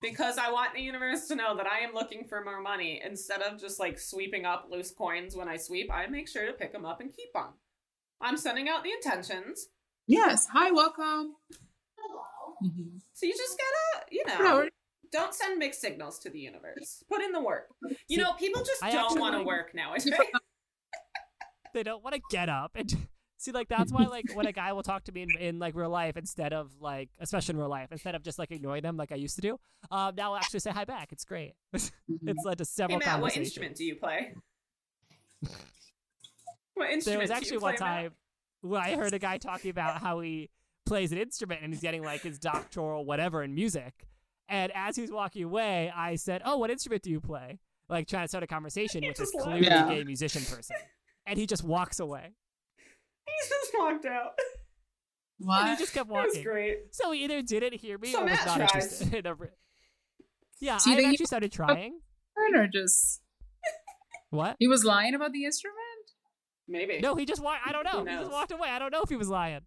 [SPEAKER 4] because I want the universe to know that I am looking for more money, instead of just like sweeping up loose coins when I sweep, I make sure to pick them up and keep them. I'm sending out the intentions.
[SPEAKER 3] yes. Hi, welcome. Mm-hmm.
[SPEAKER 4] So you just gotta, you know.
[SPEAKER 3] Hello.
[SPEAKER 4] Don't send mixed signals to the universe. Put in the work. You
[SPEAKER 2] See,
[SPEAKER 4] know, people just
[SPEAKER 2] I
[SPEAKER 4] don't
[SPEAKER 2] actually
[SPEAKER 4] want to
[SPEAKER 2] like-
[SPEAKER 4] work nowadays.
[SPEAKER 2] they don't want to get up and see like that's why like when a guy will talk to me in, in like real life instead of like especially in real life instead of just like ignoring them like i used to do um now i'll actually say hi back it's great
[SPEAKER 3] Mm-hmm.
[SPEAKER 2] it's led to
[SPEAKER 4] Hey
[SPEAKER 2] several
[SPEAKER 4] Matt, what
[SPEAKER 2] conversations
[SPEAKER 4] instrument do you play? what
[SPEAKER 2] there
[SPEAKER 4] instrument
[SPEAKER 2] was
[SPEAKER 4] do
[SPEAKER 2] actually
[SPEAKER 4] you play,
[SPEAKER 2] one
[SPEAKER 4] Matt?
[SPEAKER 2] time where i heard a guy talking about how he plays an instrument and he's getting like his doctoral whatever in music and as he's walking away i said oh what instrument do you play like trying to start a conversation
[SPEAKER 4] He
[SPEAKER 2] with this
[SPEAKER 4] just left.
[SPEAKER 2] clearly
[SPEAKER 5] Yeah.
[SPEAKER 2] gay musician person and he just walks away
[SPEAKER 4] He just walked out.
[SPEAKER 2] and he
[SPEAKER 3] What?
[SPEAKER 2] just kept
[SPEAKER 4] That was
[SPEAKER 2] walking
[SPEAKER 4] great.
[SPEAKER 2] So he either didn't hear me
[SPEAKER 4] So
[SPEAKER 2] or was
[SPEAKER 4] Matt
[SPEAKER 2] not
[SPEAKER 4] tries.
[SPEAKER 2] interested. in a re- yeah,
[SPEAKER 3] So you
[SPEAKER 2] I've
[SPEAKER 3] think you-
[SPEAKER 2] actually started trying.
[SPEAKER 3] Or just
[SPEAKER 2] What?
[SPEAKER 3] he was lying about the instrument?
[SPEAKER 4] Maybe.
[SPEAKER 2] No, he just walked. I don't
[SPEAKER 4] Who
[SPEAKER 2] know. He
[SPEAKER 4] knows?
[SPEAKER 2] just walked away. I don't know if he was lying.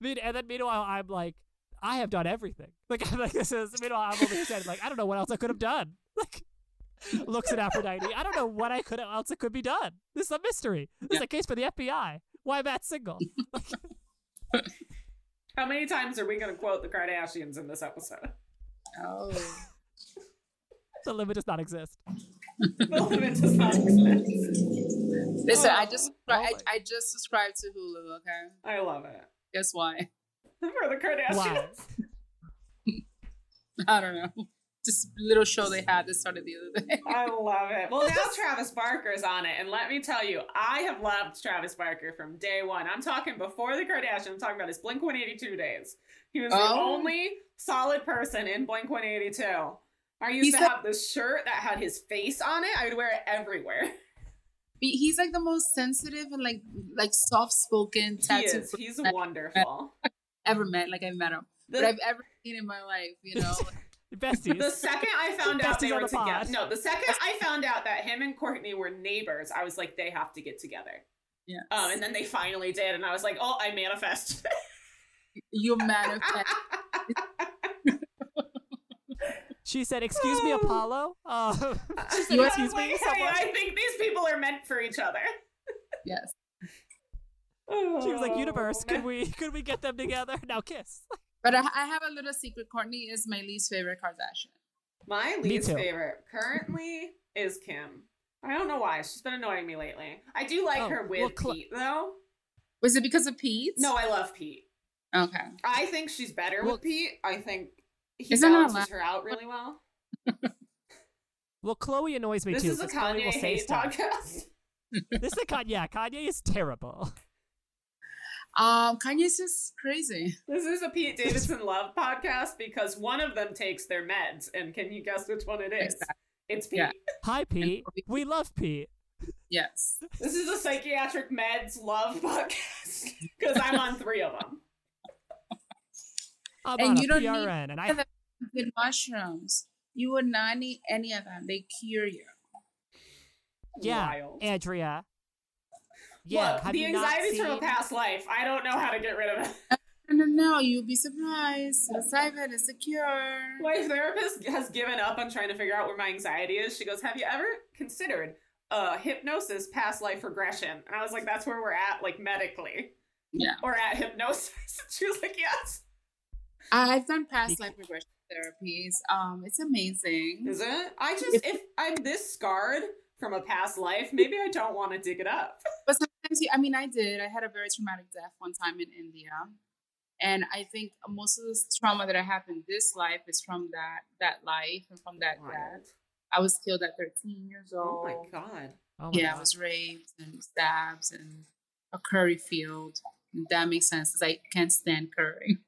[SPEAKER 2] Mean- and then meanwhile, I'm like, I have done everything. Like I'm like this is. Meanwhile, I'm over here saying like I don't know what else I could have done. Like looks at Aphrodite. I don't know what I could else it could be done. This is a mystery. This is a case for the FBI. Why Matt single?
[SPEAKER 4] How many times are we going to quote the Kardashians in this episode?
[SPEAKER 3] Oh.
[SPEAKER 2] The limit does not exist.
[SPEAKER 4] the limit does not exist.
[SPEAKER 3] Listen, I just
[SPEAKER 2] Oh
[SPEAKER 3] I,
[SPEAKER 2] my.
[SPEAKER 3] I just subscribed to Hulu. Okay,
[SPEAKER 4] I love it.
[SPEAKER 3] guess why?
[SPEAKER 4] For the Kardashians.
[SPEAKER 2] Why?
[SPEAKER 3] I don't know. Just little show they had that started the other day.
[SPEAKER 4] I love it. Well, now Travis Barker's on it. And let me tell you, I have loved Travis Barker from day one. I'm talking before the Kardashians. I'm talking about his Blink 182 days. He was the
[SPEAKER 3] Oh.
[SPEAKER 4] only solid person in Blink 182. I used
[SPEAKER 3] He's
[SPEAKER 4] to
[SPEAKER 3] the-
[SPEAKER 4] have this shirt that had his face on it. I would wear it everywhere.
[SPEAKER 3] He- He's like the most sensitive and like like soft spoken
[SPEAKER 4] He
[SPEAKER 3] tattoo
[SPEAKER 4] is. He's wonderful.
[SPEAKER 3] I've ever met. Like I've met him, but
[SPEAKER 4] The,
[SPEAKER 3] I've ever seen in my life. You know,
[SPEAKER 4] the
[SPEAKER 2] Besties.
[SPEAKER 4] second I found out
[SPEAKER 2] Besties
[SPEAKER 4] they
[SPEAKER 2] on
[SPEAKER 4] were
[SPEAKER 2] the pod.
[SPEAKER 4] together, no, the second I found out that him and Courtney were neighbors, I was like, they have to get together.
[SPEAKER 3] yeah.
[SPEAKER 4] Um, and then they finally did, and I was like, oh, I manifest.
[SPEAKER 3] you manifest.
[SPEAKER 2] She said, "Excuse me, Apollo." Uh, she said,
[SPEAKER 4] You
[SPEAKER 2] "Excuse me, someone."
[SPEAKER 4] I think these people are meant for each other.
[SPEAKER 3] yes.
[SPEAKER 2] She was
[SPEAKER 3] Oh,
[SPEAKER 2] like,
[SPEAKER 4] Oh,
[SPEAKER 2] "Universe, could we could we get them together now? Kiss."
[SPEAKER 3] But I, I have a little secret. Courtney is my least favorite Kardashian.
[SPEAKER 4] My
[SPEAKER 2] Me
[SPEAKER 4] least
[SPEAKER 2] too.
[SPEAKER 4] favorite currently is Kim. I don't know why. She's been annoying me lately. I do like
[SPEAKER 2] Oh,
[SPEAKER 4] her with
[SPEAKER 2] well, cl-
[SPEAKER 4] Pete, though.
[SPEAKER 3] Was it because of Pete?
[SPEAKER 4] No, I love Pete.
[SPEAKER 3] Okay.
[SPEAKER 4] I think she's better
[SPEAKER 2] Well-
[SPEAKER 4] with Pete. I think he
[SPEAKER 3] Isn't that
[SPEAKER 4] balances
[SPEAKER 3] allowed?
[SPEAKER 4] her out really well.
[SPEAKER 2] Well, Chloe annoys me
[SPEAKER 4] This
[SPEAKER 2] too.
[SPEAKER 4] is a
[SPEAKER 2] 'cause Chloe
[SPEAKER 4] Kanye
[SPEAKER 2] will say
[SPEAKER 4] hate
[SPEAKER 2] stuff.
[SPEAKER 4] podcast.
[SPEAKER 2] This is a Kanye. Yeah, Kanye is terrible.
[SPEAKER 3] Um, Kanye's just crazy.
[SPEAKER 4] This is a Pete Davidson love podcast because one of them takes their meds, and can you guess which one it is?
[SPEAKER 3] Exactly.
[SPEAKER 4] It's Pete.
[SPEAKER 3] Yeah.
[SPEAKER 2] Hi, Pete. We love Pete.
[SPEAKER 3] Yes.
[SPEAKER 4] This is a psychiatric meds love podcast because I'm on three of them.
[SPEAKER 2] I'm
[SPEAKER 3] And
[SPEAKER 2] on
[SPEAKER 3] you
[SPEAKER 2] a
[SPEAKER 3] don't need-
[SPEAKER 2] PRN, and I
[SPEAKER 3] With mushrooms, you would not need any of them. They cure you.
[SPEAKER 2] Yeah,
[SPEAKER 4] Wild.
[SPEAKER 2] Andrea. Yeah,
[SPEAKER 4] Look,
[SPEAKER 2] have
[SPEAKER 4] the
[SPEAKER 2] you not
[SPEAKER 4] anxiety's
[SPEAKER 2] seen...
[SPEAKER 4] from a past life. I don't know how to get rid of it.
[SPEAKER 3] No, no, no. You'd be surprised. Psilocybin is a cure.
[SPEAKER 4] My therapist has given up on trying to figure out where my anxiety is. She goes, "Have you ever considered uh, hypnosis, past life regression?" And I was like, "That's where we're at, like medically,
[SPEAKER 3] Yeah.
[SPEAKER 4] or at hypnosis." And she was like, "Yes."
[SPEAKER 3] I've done past
[SPEAKER 2] Be-
[SPEAKER 3] life regression therapies. Um, it's amazing.
[SPEAKER 4] Is it? I just if I'm this scarred from a past life, maybe I don't want to dig it up.
[SPEAKER 3] But sometimes, you, I mean, I did. I had a very traumatic death one time in India, and I think most of the trauma that I have in this life is from that that life and from that death. I was killed at 13 years old.
[SPEAKER 4] Oh my god.
[SPEAKER 2] Oh my
[SPEAKER 3] yeah,
[SPEAKER 2] God.
[SPEAKER 3] I was raped and stabs and a curry field. That makes sense because I can't stand curry.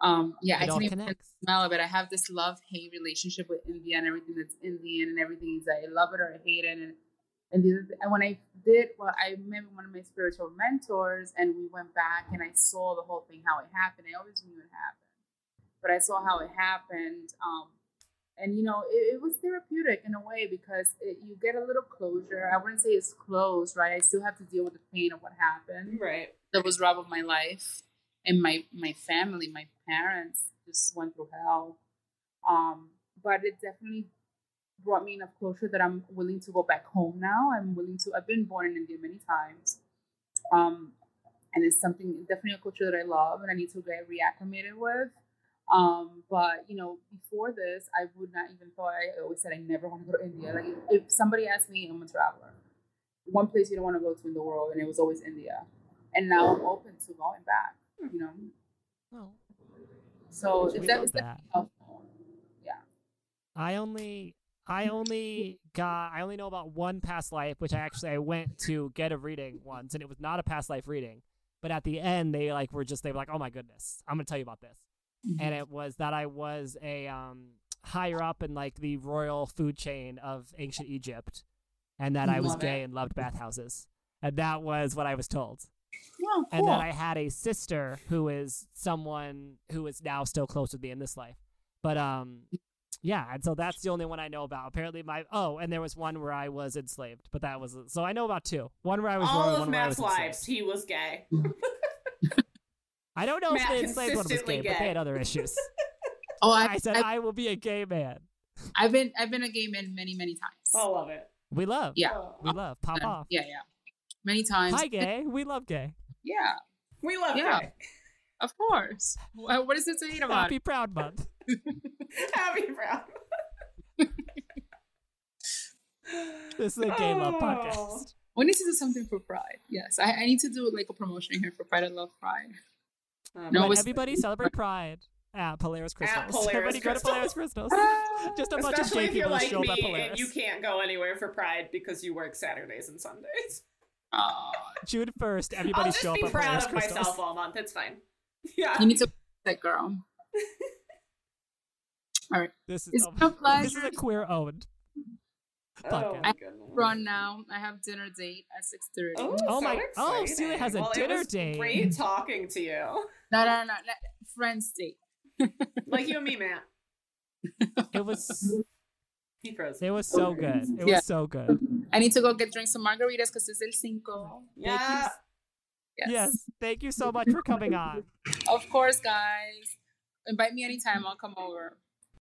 [SPEAKER 3] Um, yeah, I
[SPEAKER 2] It all
[SPEAKER 3] can't even
[SPEAKER 2] connects.
[SPEAKER 3] smell it, but I have this love hate relationship with India and everything that's Indian and everything is I love it or I hate it. And, and, the, other thing- and when I did, well, I met one of my spiritual mentors and we went back and I saw the whole thing, how it happened. I always knew it happened, but I saw how it happened. Um, and you know it, it was therapeutic in a way because it, you get a little closure i wouldn't say it's closed right i still have to deal with the pain of what happened
[SPEAKER 4] Right.
[SPEAKER 3] that was robbed of my life and my my family my parents just went through hell um but it definitely brought me enough closure that i'm willing to go back home now i'm willing to i've been born in india many times um and it's something definitely a culture that i love and i need to get reacclimated with um but you know before this i would not even thought i always said i never want to go to india like if, if somebody asked me i'm a traveler one place you don't want to go to in the world and it was always india and now I'm open to going back. You know,
[SPEAKER 2] Oh,
[SPEAKER 3] so
[SPEAKER 2] we
[SPEAKER 3] if that
[SPEAKER 2] love
[SPEAKER 3] Oh, is that.
[SPEAKER 2] that. I only I only got I only know about one past life, which I actually I went to get a reading once, and it was not a past life reading. But at the end, they like were just they were like, "Oh my goodness, I'm gonna tell you about this." And it was that I was a um, higher up in like the royal food chain of ancient Egypt, and that I was
[SPEAKER 4] Love
[SPEAKER 2] gay
[SPEAKER 4] it.
[SPEAKER 2] and loved bathhouses, and that was what I was told.
[SPEAKER 3] Well,
[SPEAKER 2] and then I had a sister who is someone who is now still close with me in this life. But um, yeah, and so that's the only one I know about. Apparently, my oh, and there was one where I was enslaved, but that was so I know about two. One where I was royal,
[SPEAKER 4] All of
[SPEAKER 2] one where I
[SPEAKER 4] Matt's
[SPEAKER 2] was
[SPEAKER 4] lives,
[SPEAKER 2] enslaved.
[SPEAKER 4] he was gay.
[SPEAKER 2] I don't know if
[SPEAKER 4] Matt
[SPEAKER 2] the enslaved one was
[SPEAKER 4] consistently
[SPEAKER 2] gay, but they
[SPEAKER 4] gay.
[SPEAKER 2] had other issues.
[SPEAKER 3] oh, I,
[SPEAKER 2] I said I will be a gay man.
[SPEAKER 3] I've been I've been a gay man many many times.
[SPEAKER 2] Oh,
[SPEAKER 4] I love it.
[SPEAKER 2] We love.
[SPEAKER 3] Yeah.
[SPEAKER 4] Oh.
[SPEAKER 2] We love. Pop
[SPEAKER 3] Um,
[SPEAKER 2] off.
[SPEAKER 3] Yeah, yeah, many times.
[SPEAKER 2] Hi, gay. We love gay.
[SPEAKER 3] Yeah,
[SPEAKER 4] We love
[SPEAKER 3] Yeah.
[SPEAKER 4] it.
[SPEAKER 3] of course. Wh- what is it to hate about?
[SPEAKER 2] Happy Proud Month.
[SPEAKER 4] Happy Brown.
[SPEAKER 2] This is a gay love
[SPEAKER 4] Oh.
[SPEAKER 2] podcast.
[SPEAKER 3] We need to do something for Pride. Yes, I, I need to do like a promotion here for Pride. I love Pride.
[SPEAKER 4] Um,
[SPEAKER 3] No,
[SPEAKER 2] Let
[SPEAKER 3] it's-
[SPEAKER 2] everybody celebrate Pride at Polaris Crystals.
[SPEAKER 4] Polaris
[SPEAKER 2] everybody
[SPEAKER 4] Crystal.
[SPEAKER 2] go to Polaris Crystals. Just a bunch of
[SPEAKER 4] uh, Especially
[SPEAKER 2] gay
[SPEAKER 4] if you're
[SPEAKER 2] people
[SPEAKER 4] like
[SPEAKER 2] showed up
[SPEAKER 4] me
[SPEAKER 2] hilarious.
[SPEAKER 4] and you can't go anywhere for Pride because you work Saturdays and Sundays.
[SPEAKER 3] Uh,
[SPEAKER 2] June first, everybody
[SPEAKER 4] I'll just
[SPEAKER 2] show up
[SPEAKER 4] be
[SPEAKER 2] at
[SPEAKER 4] proud
[SPEAKER 2] Polaris
[SPEAKER 4] of
[SPEAKER 2] Crystals.
[SPEAKER 4] myself all month. It's fine. Yeah.
[SPEAKER 3] you need to that girl.
[SPEAKER 2] This is,
[SPEAKER 3] It's
[SPEAKER 2] oh,
[SPEAKER 3] been a
[SPEAKER 2] this is
[SPEAKER 3] pleasure.
[SPEAKER 2] a queer owned.
[SPEAKER 4] oh, my goodness.
[SPEAKER 3] Run now. I have dinner date at six thirty.
[SPEAKER 4] Oh,
[SPEAKER 2] Oh
[SPEAKER 4] so
[SPEAKER 2] my- oh,
[SPEAKER 4] exciting.
[SPEAKER 2] Celia has a
[SPEAKER 4] Well, it
[SPEAKER 2] dinner
[SPEAKER 4] was
[SPEAKER 2] date.
[SPEAKER 4] Great talking to you.
[SPEAKER 3] No, no, no, no. Friends date.
[SPEAKER 4] Like you and me, Matt.
[SPEAKER 2] It was
[SPEAKER 4] He froze.
[SPEAKER 2] it was so good. It
[SPEAKER 3] Yeah.
[SPEAKER 2] was so good.
[SPEAKER 3] I need to go get drink some margaritas because it's el cinco.
[SPEAKER 4] Yeah.
[SPEAKER 3] Yes.
[SPEAKER 2] yes. Thank you so much for coming on.
[SPEAKER 3] Of course, guys. Invite me anytime. I'll come over.